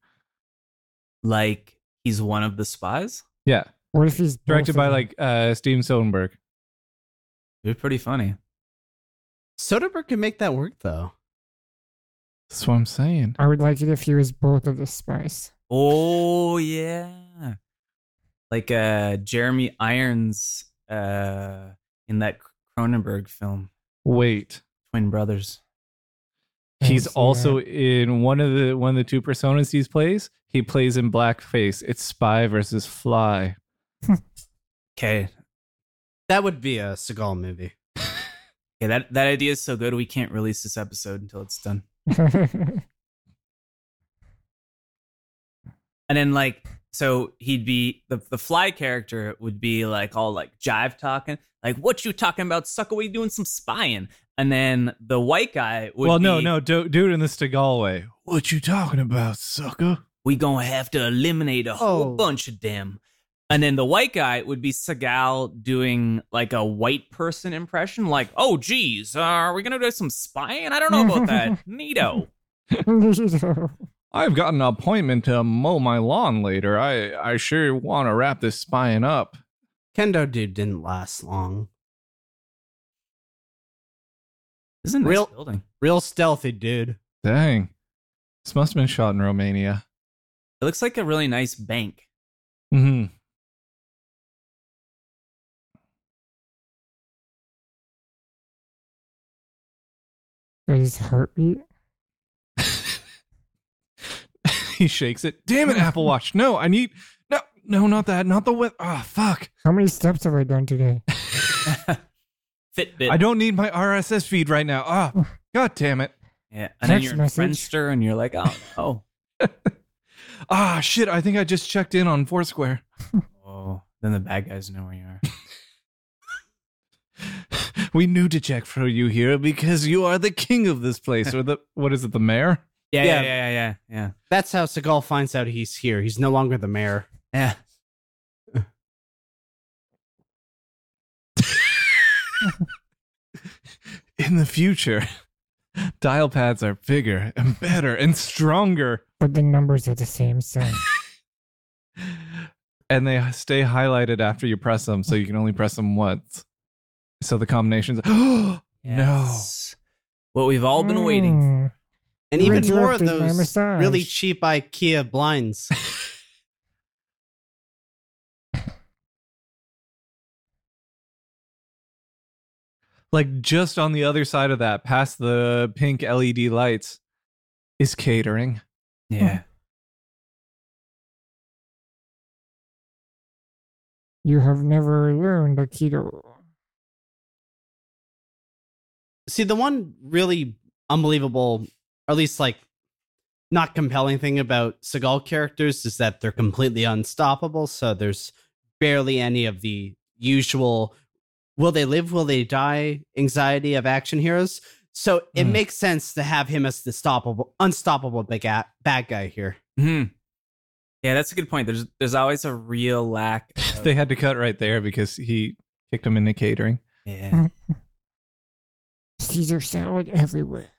[SPEAKER 5] like he's one of the spies.
[SPEAKER 1] Yeah,
[SPEAKER 4] What if he's both
[SPEAKER 1] directed
[SPEAKER 4] of
[SPEAKER 1] by
[SPEAKER 4] them?
[SPEAKER 1] like uh, Steven Soderbergh.
[SPEAKER 5] They're pretty funny.
[SPEAKER 2] Soderbergh can make that work, though.
[SPEAKER 1] That's what I'm saying.
[SPEAKER 4] I would like it if he was both of the spies.
[SPEAKER 5] Oh yeah, like uh, Jeremy Irons uh, in that Cronenberg film,
[SPEAKER 1] Wait,
[SPEAKER 5] Twin Brothers.
[SPEAKER 4] I
[SPEAKER 1] he's
[SPEAKER 4] see
[SPEAKER 1] also
[SPEAKER 4] that.
[SPEAKER 1] in one of the one of the two personas he plays. He plays in blackface. It's spy versus fly.
[SPEAKER 5] Okay,
[SPEAKER 2] That would be a Seagal movie.
[SPEAKER 5] okay, that that idea is so good we can't release this episode until it's done. And then like so he'd be the the fly character would be like all like jive talking, like what you talking about, sucker? We doing some spying. And then the white guy would
[SPEAKER 1] well, no,
[SPEAKER 5] be,
[SPEAKER 1] no, do, dude in the Stegall way. What you talking about, sucker?
[SPEAKER 5] we gonna have to eliminate a whole
[SPEAKER 2] Oh.
[SPEAKER 5] bunch of them. And then the white guy would be Seagal doing like a white person impression, like, oh, geez, are we gonna do some spying? I don't know about that. Neato.
[SPEAKER 1] I've got an appointment to mow my lawn later. I, I sure want to wrap this spying up.
[SPEAKER 2] Kendo Dude didn't last long.
[SPEAKER 5] Isn't this
[SPEAKER 2] Real-
[SPEAKER 5] building?
[SPEAKER 2] Real stealthy, dude.
[SPEAKER 1] Dang. This must have been shot in Romania.
[SPEAKER 5] It looks like a really nice bank.
[SPEAKER 1] Mm-hmm.
[SPEAKER 4] Like his heartbeat.
[SPEAKER 1] he shakes it. Damn it, Apple Watch. No, I need. No, no, not that. Not the with. Ah, fuck.
[SPEAKER 4] How many steps have I done today?
[SPEAKER 5] Fitbit.
[SPEAKER 1] I don't need my RSS feed right now. Ah, god damn it.
[SPEAKER 5] Yeah. And then
[SPEAKER 4] Text
[SPEAKER 5] you're in
[SPEAKER 4] message.
[SPEAKER 5] Friendster and you're like, oh, oh,
[SPEAKER 1] Ah, shit. I think I just checked in on Foursquare.
[SPEAKER 5] oh. Then the bad guys know where you are.
[SPEAKER 1] We knew to check for you here because you are the king of this place, or the what is it, the mayor?
[SPEAKER 5] Yeah,
[SPEAKER 2] Yeah.
[SPEAKER 5] yeah, yeah, yeah, yeah.
[SPEAKER 2] That's how Seagal finds out he's here. He's no longer the mayor.
[SPEAKER 5] Yeah.
[SPEAKER 1] In the future, dial pads are bigger and better and stronger,
[SPEAKER 4] But the numbers are the same, so
[SPEAKER 1] and they stay highlighted after you press them, so you can only press them once. So the combinations. no.
[SPEAKER 5] Yes. What we've all been waiting for.
[SPEAKER 4] Mm.
[SPEAKER 2] And even
[SPEAKER 4] Resurrected
[SPEAKER 2] more of
[SPEAKER 4] my
[SPEAKER 2] those
[SPEAKER 4] massage.
[SPEAKER 2] really cheap IKEA blinds.
[SPEAKER 1] like just on the other side of that, past the pink LED lights, is catering.
[SPEAKER 5] Yeah.
[SPEAKER 4] You have never learned Aikido.
[SPEAKER 2] See, the one really unbelievable, or at least like not compelling thing about Seagal characters is that they're completely unstoppable. So there's barely any of the usual will they live, will they die anxiety of action heroes. So it
[SPEAKER 1] Mm.
[SPEAKER 2] makes sense to have him as the stoppable, unstoppable big a- bad guy here.
[SPEAKER 5] Hmm. Yeah, that's a good point. There's there's always a real lack. Of,
[SPEAKER 1] Hmm. They had to cut right there because he kicked him into catering.
[SPEAKER 5] yeah.
[SPEAKER 4] Caesar salad everywhere.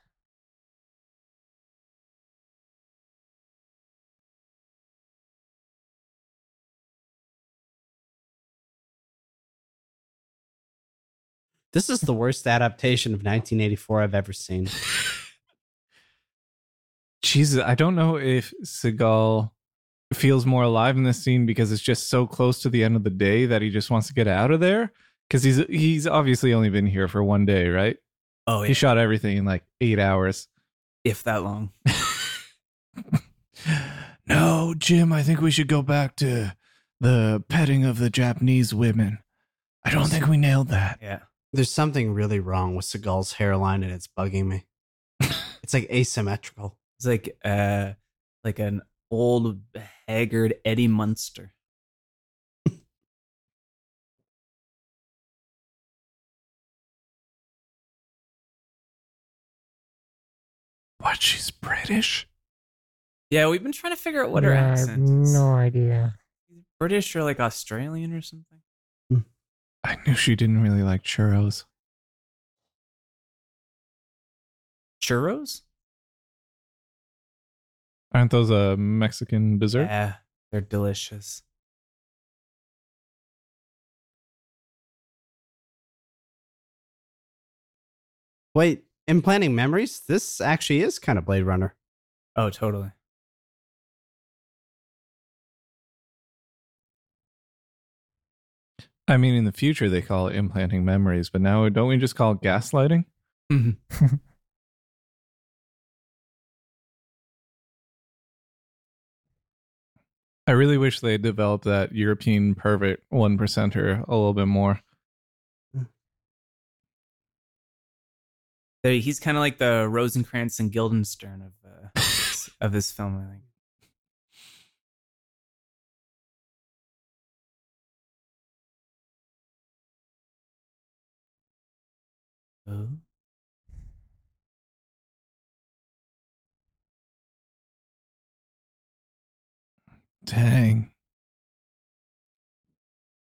[SPEAKER 2] This is the worst adaptation of 1984 I've ever seen.
[SPEAKER 1] Jesus, I don't know if Seagal feels more alive in this scene because it's just so close to the end of the day that he just wants to get out of there. Because he's he's obviously only been here for one day, right?
[SPEAKER 5] Oh, yeah.
[SPEAKER 1] He shot everything in like eight hours.
[SPEAKER 5] if that long.
[SPEAKER 1] no, Jim, I think we should go back to the petting of the Japanese women. I don't think we nailed that.
[SPEAKER 5] Yeah.
[SPEAKER 2] There's something really wrong with Seagal's hairline and it's bugging me. it's like asymmetrical.
[SPEAKER 5] It's like uh like an old haggard Eddie Munster.
[SPEAKER 1] What, she's British?
[SPEAKER 5] Yeah, we've been trying to figure out what her
[SPEAKER 4] Yeah, I have
[SPEAKER 5] accent is.
[SPEAKER 4] no idea.
[SPEAKER 5] British or like Australian or something.
[SPEAKER 1] I knew she didn't really like churros.
[SPEAKER 5] Churros?
[SPEAKER 1] Aren't those a Mexican dessert?
[SPEAKER 5] Yeah, they're delicious.
[SPEAKER 2] Wait, implanting memories? This actually is kind of Blade Runner.
[SPEAKER 5] Oh, totally.
[SPEAKER 1] I mean, in the future, they call it implanting memories, but now don't we just call it gaslighting? Mm-hmm. I really wish they had developed that European pervert one percenter a little bit more.
[SPEAKER 5] They- He's kind of like the Rosencrantz and Guildenstern of uh, this- of this film, I think. Oh.
[SPEAKER 1] Dang.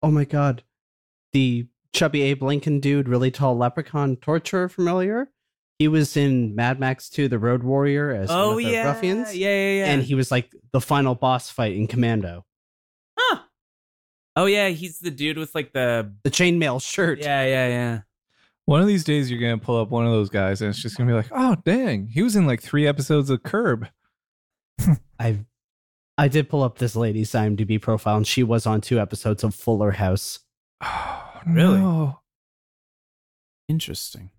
[SPEAKER 2] Oh my god. The chubby Abe Lincoln dude, really tall leprechaun torturer familiar? He was in Mad Max 2 The Road Warrior as one of the ruffians.
[SPEAKER 5] Oh, yeah, yeah, yeah.
[SPEAKER 2] And he was like the final boss fight in Commando.
[SPEAKER 5] Huh. Oh yeah, he's the dude with like the
[SPEAKER 2] The chainmail shirt.
[SPEAKER 5] yeah, yeah, yeah.
[SPEAKER 1] One of these days, you're gonna pull up one of those guys, and it's just gonna be like, "Oh, dang, he was in like three episodes of Curb."
[SPEAKER 2] I I did pull up this lady's IMDb profile and she was on two episodes of Fuller House.
[SPEAKER 1] Oh,
[SPEAKER 5] Really?
[SPEAKER 1] no.
[SPEAKER 5] Interesting.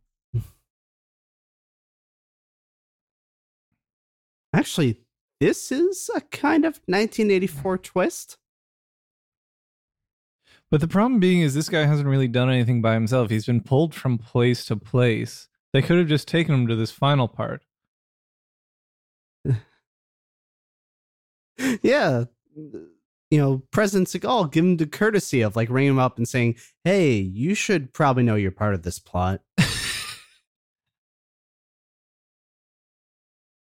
[SPEAKER 2] Actually, this is a kind of 1984 twist.
[SPEAKER 1] But the problem being is this guy hasn't really done anything by himself. He's been pulled from place to place. They could have just taken him to this final part.
[SPEAKER 2] yeah. You know, President Seagal, give him the courtesy of like ringing him up and saying, hey, you should probably know you're part of this plot.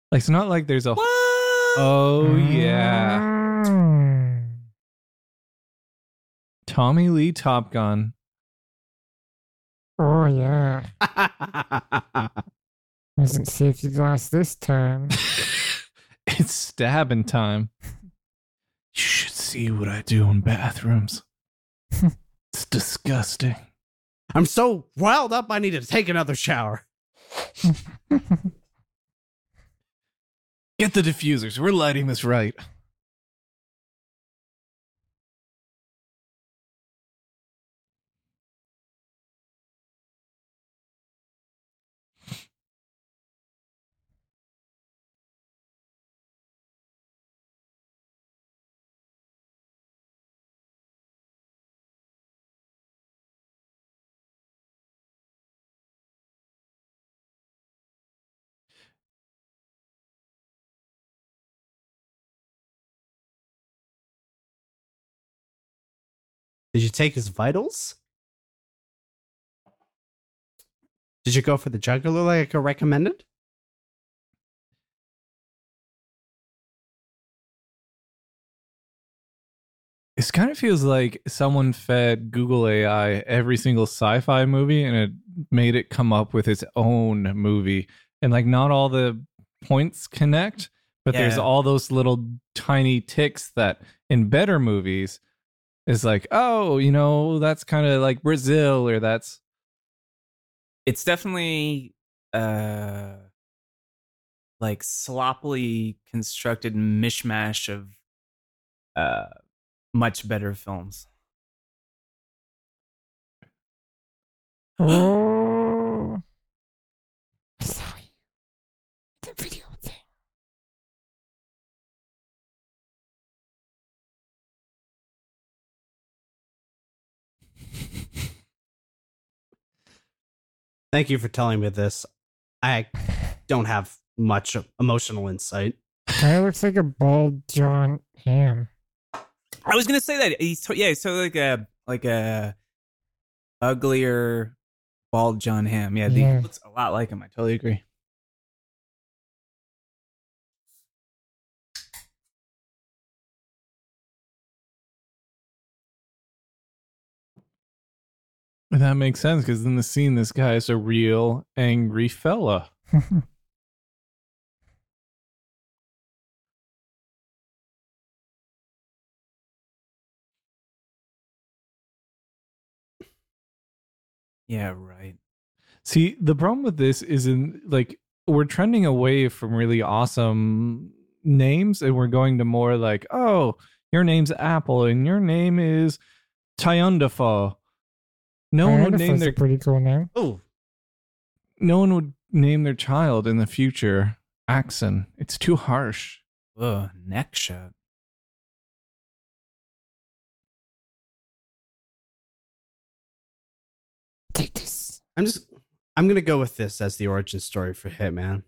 [SPEAKER 1] Like it's not like there's a
[SPEAKER 5] What?
[SPEAKER 1] Oh yeah.
[SPEAKER 4] Mm.
[SPEAKER 1] Tommy Lee Top Gun.
[SPEAKER 4] Oh yeah. Wasn't safety glass this time.
[SPEAKER 1] It's stabbing time. You should see what I do in bathrooms. it's disgusting.
[SPEAKER 2] I'm so riled up, I need to take another shower.
[SPEAKER 1] Get the diffusers. We're lighting this right.
[SPEAKER 2] Did you take his vitals? Did you go for the jugular like I recommended?
[SPEAKER 1] This kind of feels like someone fed Google AI every single sci-fi movie and it made it come up with its own movie. And like not all the points connect, but there's
[SPEAKER 5] Yeah.
[SPEAKER 1] all those little tiny ticks that in better movies is like, oh, you know, that's kind of like Brazil or that's
[SPEAKER 5] It's definitely uh like sloppily constructed mishmash of uh much better films.
[SPEAKER 4] oh. I saw you. The video thing.
[SPEAKER 2] Thank you for telling me this. I don't have much emotional insight.
[SPEAKER 4] Kind of looks like a bald John Ham.
[SPEAKER 5] I was gonna say that he's to- yeah, so like a like a uglier bald John Hamm. Yeah, the,
[SPEAKER 4] Yeah.
[SPEAKER 5] looks a lot like him. I totally agree.
[SPEAKER 1] And that makes sense because in the scene, this guy is a real angry fella.
[SPEAKER 5] Yeah, right.
[SPEAKER 1] See, the problem with this is in like we're trending away from really awesome names and we're going to more like, oh, your name's Apple and your name is Tyundafo. No one would name
[SPEAKER 4] Dionysus a
[SPEAKER 1] their
[SPEAKER 4] pretty cool name.
[SPEAKER 2] Oh,
[SPEAKER 1] no one would name their child in the future Axon. It's too harsh.
[SPEAKER 5] Ugh, neck shot.
[SPEAKER 4] Take this.
[SPEAKER 2] I'm just I'm gonna go with this as the origin story for Hitman.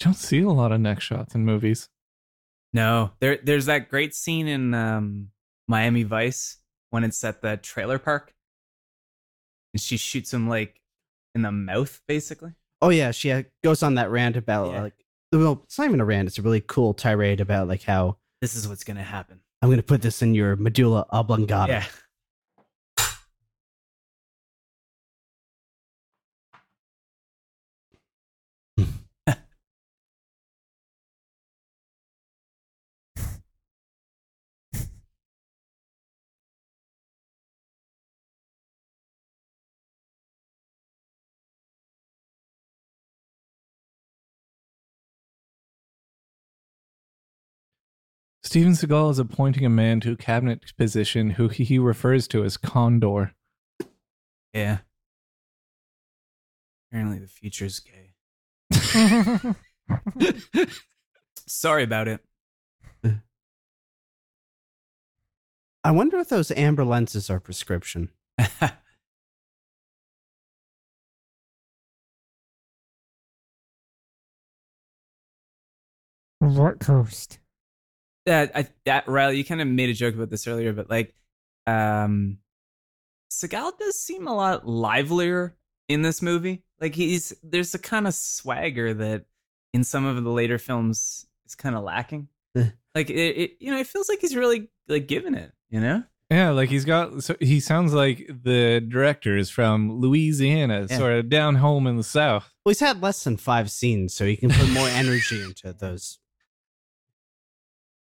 [SPEAKER 1] Don't see a lot of neck shots in movies.
[SPEAKER 5] No, there there's that great scene in um, Miami Vice when it's at the trailer park, and she shoots him like in the mouth, basically.
[SPEAKER 2] Oh yeah, she uh, goes on that rant about
[SPEAKER 5] Yeah.
[SPEAKER 2] like well, it's not even a rant. It's a really cool tirade about like how
[SPEAKER 5] This is what's gonna happen.
[SPEAKER 2] I'm gonna put this in your medulla oblongata.
[SPEAKER 5] yeah,
[SPEAKER 1] Steven Seagal is appointing a man to a cabinet position who he refers to as Condor.
[SPEAKER 5] yeah. Apparently, the future's gay. Sorry about it.
[SPEAKER 2] I wonder if those amber lenses are prescription.
[SPEAKER 4] what coast?
[SPEAKER 5] that I that Riley, you kind of made a joke about this earlier, but like, um, Seagal does seem a lot livelier in this movie. Like he's there's a kind of swagger that in some of the later films is kind of lacking.
[SPEAKER 4] Eh.
[SPEAKER 2] Yeah.
[SPEAKER 5] like it, it, you know, it feels like he's really like giving it. You know,
[SPEAKER 1] Yeah, like he's got. So he sounds like the director is from Louisiana,
[SPEAKER 5] Yeah.
[SPEAKER 1] sort of down home in the South.
[SPEAKER 2] Well, he's had less than five scenes, so he can put more energy into those.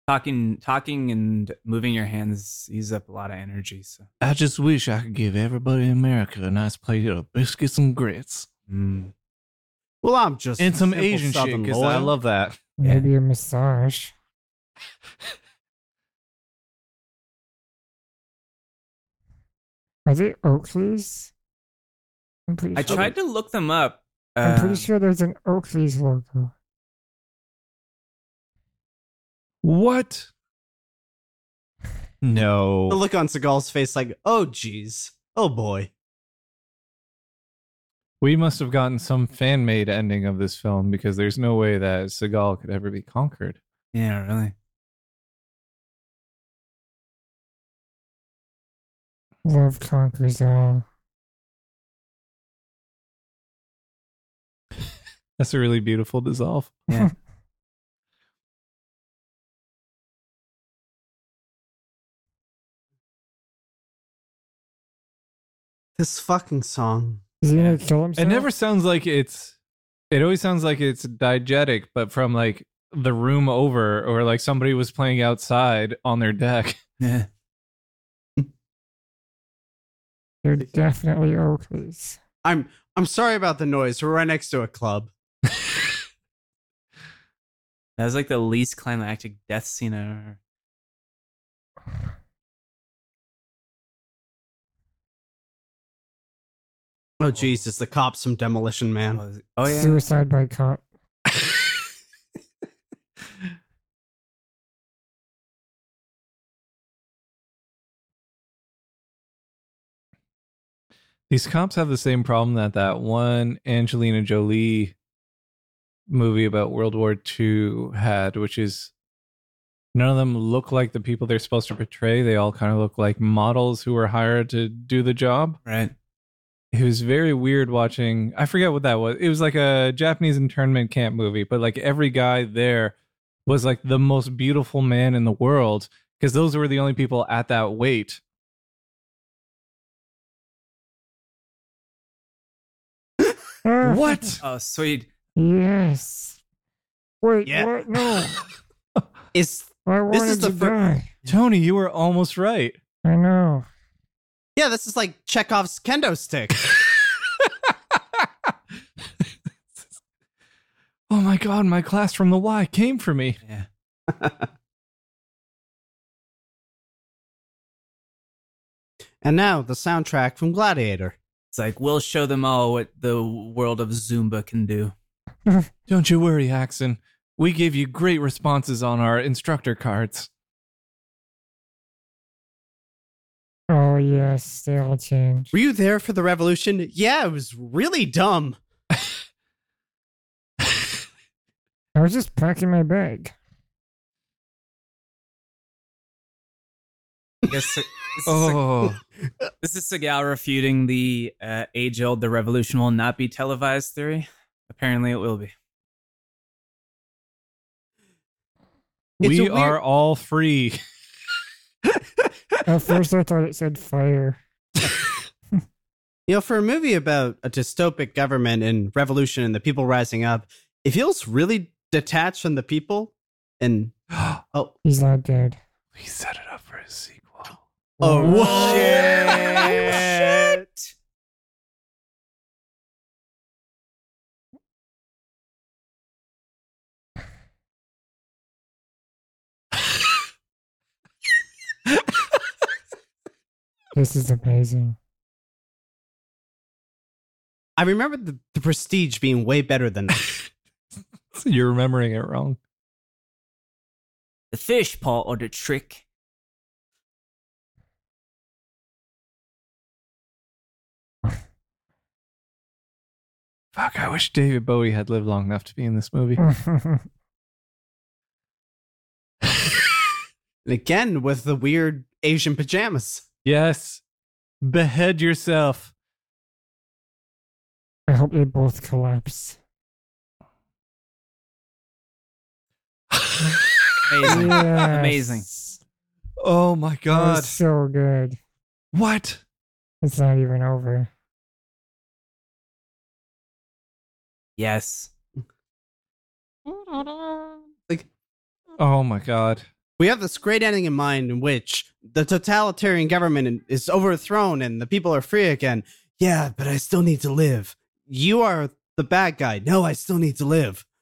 [SPEAKER 5] talking, talking, and moving your hands use up a lot of energy. So,
[SPEAKER 1] I just wish I could give everybody in America a nice plate of biscuits and grits
[SPEAKER 5] mm.
[SPEAKER 2] Well, I'm just
[SPEAKER 1] and some
[SPEAKER 2] simple
[SPEAKER 1] Asian shit
[SPEAKER 2] Southern
[SPEAKER 1] because I
[SPEAKER 2] lawyer.
[SPEAKER 1] love that.
[SPEAKER 4] Maybe a massage. Are they Oakleys? I'm pretty
[SPEAKER 5] I
[SPEAKER 4] sure-
[SPEAKER 5] tried to look them up.
[SPEAKER 4] I'm
[SPEAKER 5] uh,
[SPEAKER 4] pretty sure there's an Oakleys logo.
[SPEAKER 1] What?
[SPEAKER 2] the
[SPEAKER 1] No.
[SPEAKER 2] look on Seagal's face, like, oh geez, oh boy.
[SPEAKER 1] We must have gotten some fan made ending of this film because there's no way that Seagal could ever be conquered.
[SPEAKER 5] Yeah, really.
[SPEAKER 4] Love conquers all.
[SPEAKER 1] That's a really beautiful dissolve.
[SPEAKER 5] Yeah.
[SPEAKER 2] This fucking song.
[SPEAKER 4] Is he gonna kill himself?
[SPEAKER 1] It never sounds like it's. It always sounds like it's diegetic, but from like the room over, or like somebody was playing outside on their deck.
[SPEAKER 5] Yeah.
[SPEAKER 4] They're definitely Oakleys.
[SPEAKER 2] I'm I'm sorry about the noise. We're right next to a club.
[SPEAKER 5] That was like the least climactic death scene I ever.
[SPEAKER 2] Oh Jesus, the cops some demolition man.
[SPEAKER 5] was- Oh yeah.
[SPEAKER 4] Suicide by cop.
[SPEAKER 1] These cops have the same problem that that one Angelina Jolie movie about World War II had, which is none of them look like the people they're supposed to portray. They all kind of look like models who were hired to do the job.
[SPEAKER 5] Right.
[SPEAKER 1] It was very weird watching. I forget what that was. It was like a Japanese internment camp movie, but like every guy there was like the most beautiful man in the world because those were the only people at that weight. What?
[SPEAKER 5] Oh sweet.
[SPEAKER 4] Ah, Yes. Wait,
[SPEAKER 2] Yeah.
[SPEAKER 4] what? No.
[SPEAKER 2] Is
[SPEAKER 4] I
[SPEAKER 2] This
[SPEAKER 4] wanted
[SPEAKER 2] is the
[SPEAKER 4] to
[SPEAKER 2] fir-
[SPEAKER 4] die.
[SPEAKER 1] Tony, you were almost right.
[SPEAKER 4] I know.
[SPEAKER 2] yeah, this is like Chekhov's kendo stick.
[SPEAKER 1] oh my god, my class from the Y came for me.
[SPEAKER 5] Yeah.
[SPEAKER 2] and now the soundtrack from Gladiator.
[SPEAKER 5] It's like we'll show them all what the world of Zumba can do.
[SPEAKER 1] Don't you worry, Axon. We gave you great responses on our instructor cards.
[SPEAKER 4] Oh yes, they all change.
[SPEAKER 2] Were you there for the revolution? Yeah, it was really dumb.
[SPEAKER 4] I was just packing my bag.
[SPEAKER 5] I guess this, is,
[SPEAKER 1] Oh,
[SPEAKER 5] this is Seagal refuting the uh, age-old "the revolution will not be televised" theory. Apparently, it will be.
[SPEAKER 2] It's
[SPEAKER 1] we
[SPEAKER 2] a weird-
[SPEAKER 1] are all free.
[SPEAKER 4] At first, I thought it said fire.
[SPEAKER 2] You know, for a movie about a dystopic government and revolution and the people rising up, it feels really detached from the people. And oh,
[SPEAKER 4] He's not dead.
[SPEAKER 1] we set it up for a sequel.
[SPEAKER 2] oh,
[SPEAKER 4] Whoa.
[SPEAKER 2] shit.
[SPEAKER 4] This is amazing.
[SPEAKER 2] I remember the, the Prestige being way better than that.
[SPEAKER 1] You're remembering it wrong.
[SPEAKER 3] The fish paw or the trick.
[SPEAKER 1] Fuck, I wish David Bowie had lived long enough to be in this movie.
[SPEAKER 2] and again with the weird Asian pajamas.
[SPEAKER 1] Yes. Behead yourself.
[SPEAKER 4] I hope they both collapse.
[SPEAKER 5] Amazing.
[SPEAKER 4] Yes.
[SPEAKER 5] Amazing.
[SPEAKER 1] Oh my
[SPEAKER 4] That was
[SPEAKER 1] god.
[SPEAKER 4] so good.
[SPEAKER 1] What?
[SPEAKER 4] It's not even over.
[SPEAKER 5] Yes.
[SPEAKER 1] Oh my god.
[SPEAKER 2] We have this great ending in mind in which the totalitarian government is overthrown and the people are free again. Yeah, but I still need to live. You are the bad guy. No, I still need to live.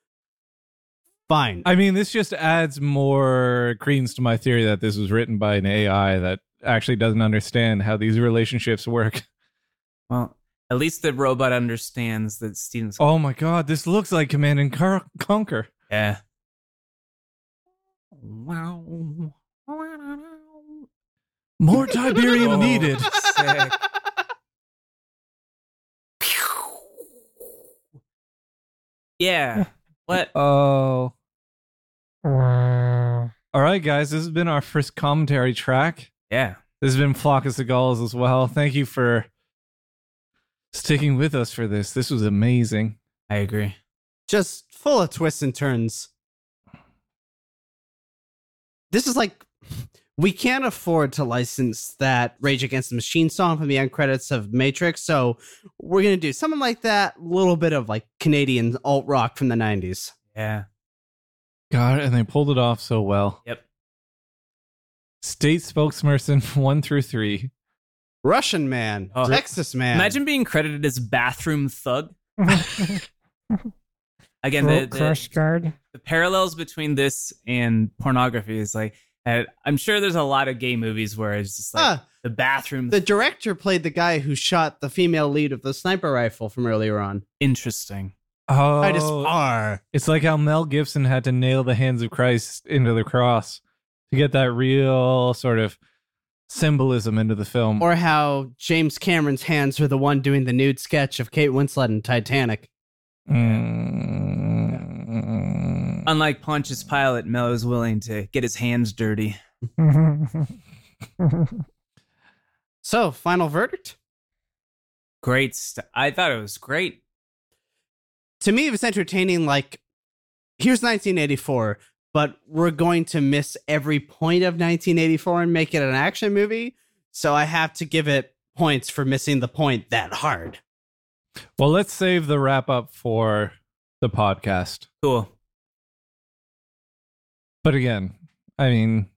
[SPEAKER 2] Fine.
[SPEAKER 1] I mean, this just adds more credence to my theory that this was written by an AI that actually doesn't understand how these relationships work.
[SPEAKER 5] Well, at least the robot understands that Steven's.
[SPEAKER 1] Oh my god, this looks like Command and Car- Conquer.
[SPEAKER 5] Yeah.
[SPEAKER 1] More Tiberium
[SPEAKER 5] Oh.
[SPEAKER 1] needed.
[SPEAKER 5] Sick. Yeah. What?
[SPEAKER 1] Oh.
[SPEAKER 4] Wow.
[SPEAKER 1] All right, guys, this has been our first commentary track.
[SPEAKER 5] Yeah.
[SPEAKER 1] This has been Flock of Seagulls as well. Thank you for sticking with us for this. This was amazing.
[SPEAKER 5] I agree.
[SPEAKER 2] Just full of twists and turns. This is like we can't afford to license that Rage Against the Machine song from the end credits of Matrix, so we're gonna do something like that, little bit of like Canadian alt rock from the nineties.
[SPEAKER 5] Yeah.
[SPEAKER 1] God, and they pulled it off so well.
[SPEAKER 5] Yep.
[SPEAKER 1] State spokesperson one through three.
[SPEAKER 2] Russian man,
[SPEAKER 5] Oh.
[SPEAKER 2] Texas man.
[SPEAKER 5] Imagine being credited as bathroom thug. Again, the,
[SPEAKER 4] Throat
[SPEAKER 5] the,
[SPEAKER 4] crush guard.
[SPEAKER 5] the parallels between this and pornography is like, uh, I'm sure there's a lot of gay movies where it's just like
[SPEAKER 2] Ah,
[SPEAKER 5] the bathroom.
[SPEAKER 2] the director played the guy who shot the female lead of the sniper rifle from earlier on.
[SPEAKER 5] Interesting.
[SPEAKER 1] Oh,
[SPEAKER 2] I just are.
[SPEAKER 1] it's like how Mel Gibson had to nail the hands of Christ into the cross to get that real sort of symbolism into the film.
[SPEAKER 2] or how James Cameron's hands were the one doing the nude sketch of Kate Winslet in Titanic.
[SPEAKER 1] Mm.
[SPEAKER 5] Unlike Pontius Pilate, Mel is willing to get his hands dirty.
[SPEAKER 2] So, final verdict?
[SPEAKER 5] Great stuff. I thought it was great.
[SPEAKER 2] To me, it was entertaining. Like, here's 1984, but we're going to miss every point of 1984 and make it an action movie. So, I have to give it points for missing the point that hard.
[SPEAKER 1] Well, let's save the wrap up for the podcast.
[SPEAKER 5] Cool.
[SPEAKER 1] But again, I mean,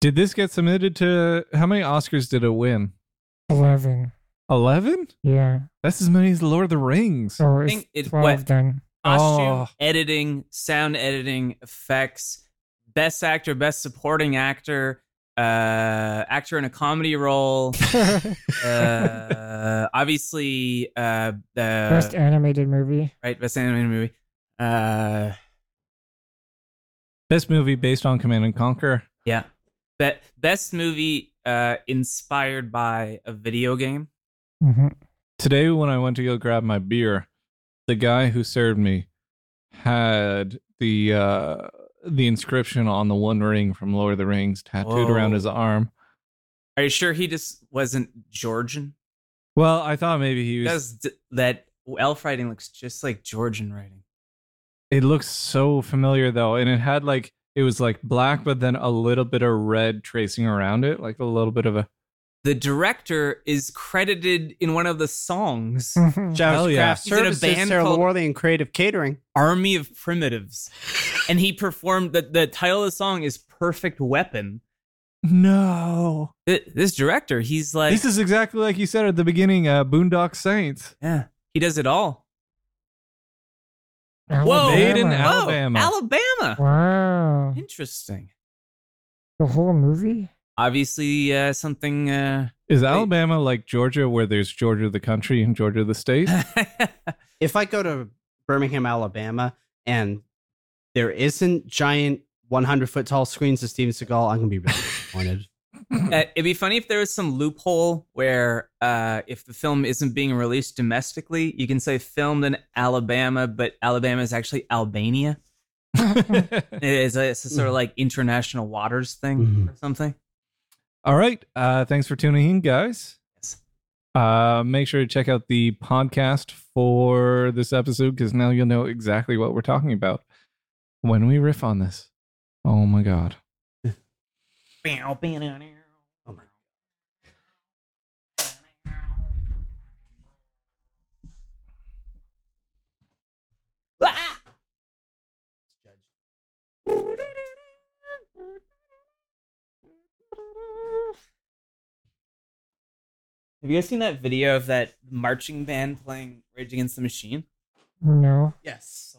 [SPEAKER 1] did this get submitted to how many Oscars did it win?
[SPEAKER 4] Eleven.
[SPEAKER 1] 11?
[SPEAKER 4] Yeah.
[SPEAKER 1] That's as many as Lord of the Rings.
[SPEAKER 4] So
[SPEAKER 5] I
[SPEAKER 4] it's
[SPEAKER 5] think it
[SPEAKER 4] twelve
[SPEAKER 5] went
[SPEAKER 4] then.
[SPEAKER 5] costume,
[SPEAKER 1] Oh.
[SPEAKER 5] editing, sound editing, effects, best actor, best supporting actor, uh, actor in a comedy role. uh, obviously, uh, uh,
[SPEAKER 4] Best animated movie.
[SPEAKER 5] right, best animated movie. Uh,
[SPEAKER 1] Best movie based on Command and Conquer.
[SPEAKER 5] yeah, Be- best movie uh, inspired by a video game.
[SPEAKER 4] hmm
[SPEAKER 1] Today, when I went to go grab my beer, the guy who served me had the uh, the inscription on the One Ring from Lord of the Rings tattooed
[SPEAKER 5] Whoa.
[SPEAKER 1] around his arm.
[SPEAKER 5] Are you sure he just wasn't Georgian?
[SPEAKER 1] Well, I thought maybe he was.
[SPEAKER 5] Because d- that elf writing looks just like Georgian writing.
[SPEAKER 1] It looks so familiar though, and it had like it was like black, but then a little bit of red tracing around it, like a little bit of a
[SPEAKER 5] The director is credited in one of the songs.
[SPEAKER 1] Mm. Hell yeah.
[SPEAKER 2] Craft
[SPEAKER 5] He's in a
[SPEAKER 2] Services,
[SPEAKER 5] band
[SPEAKER 2] Sarah
[SPEAKER 5] called-
[SPEAKER 2] Lorley, Creative Catering.
[SPEAKER 5] Army of Primitives. and he performed the, the title of the song is Perfect Weapon.
[SPEAKER 1] no.
[SPEAKER 5] Th- This director, he's like
[SPEAKER 1] This is exactly like you said at the beginning, uh, Boondock Saints.
[SPEAKER 5] yeah, he does it all.
[SPEAKER 4] Alabama.
[SPEAKER 1] Made in Al-
[SPEAKER 5] Whoa,
[SPEAKER 1] Alabama.
[SPEAKER 5] Alabama.
[SPEAKER 4] Wow.
[SPEAKER 5] Interesting.
[SPEAKER 4] The whole movie?
[SPEAKER 5] obviously uh, something. Uh,
[SPEAKER 1] Is Alabama like Georgia, where there's Georgia the country and Georgia the state?
[SPEAKER 2] If I go to Birmingham, Alabama, and there isn't giant 100 foot tall screens of Steven Seagal, I'm gonna be really disappointed.
[SPEAKER 5] Uh, it'd be funny if there was some loophole where uh, if the film isn't being released domestically, you can say filmed in Alabama, but Alabama is actually Albania. It is a, it's a sort of like international waters thing
[SPEAKER 2] Mhm.
[SPEAKER 5] or something.
[SPEAKER 1] All right. Uh, thanks for tuning in, guys.
[SPEAKER 5] Yes.
[SPEAKER 1] Uh, make sure to check out the podcast for this episode because now you'll know exactly what we're talking about when we riff on this. Oh my God.
[SPEAKER 5] Have you guys seen that video of that marching band playing Rage Against the Machine?
[SPEAKER 4] No.
[SPEAKER 5] Yes.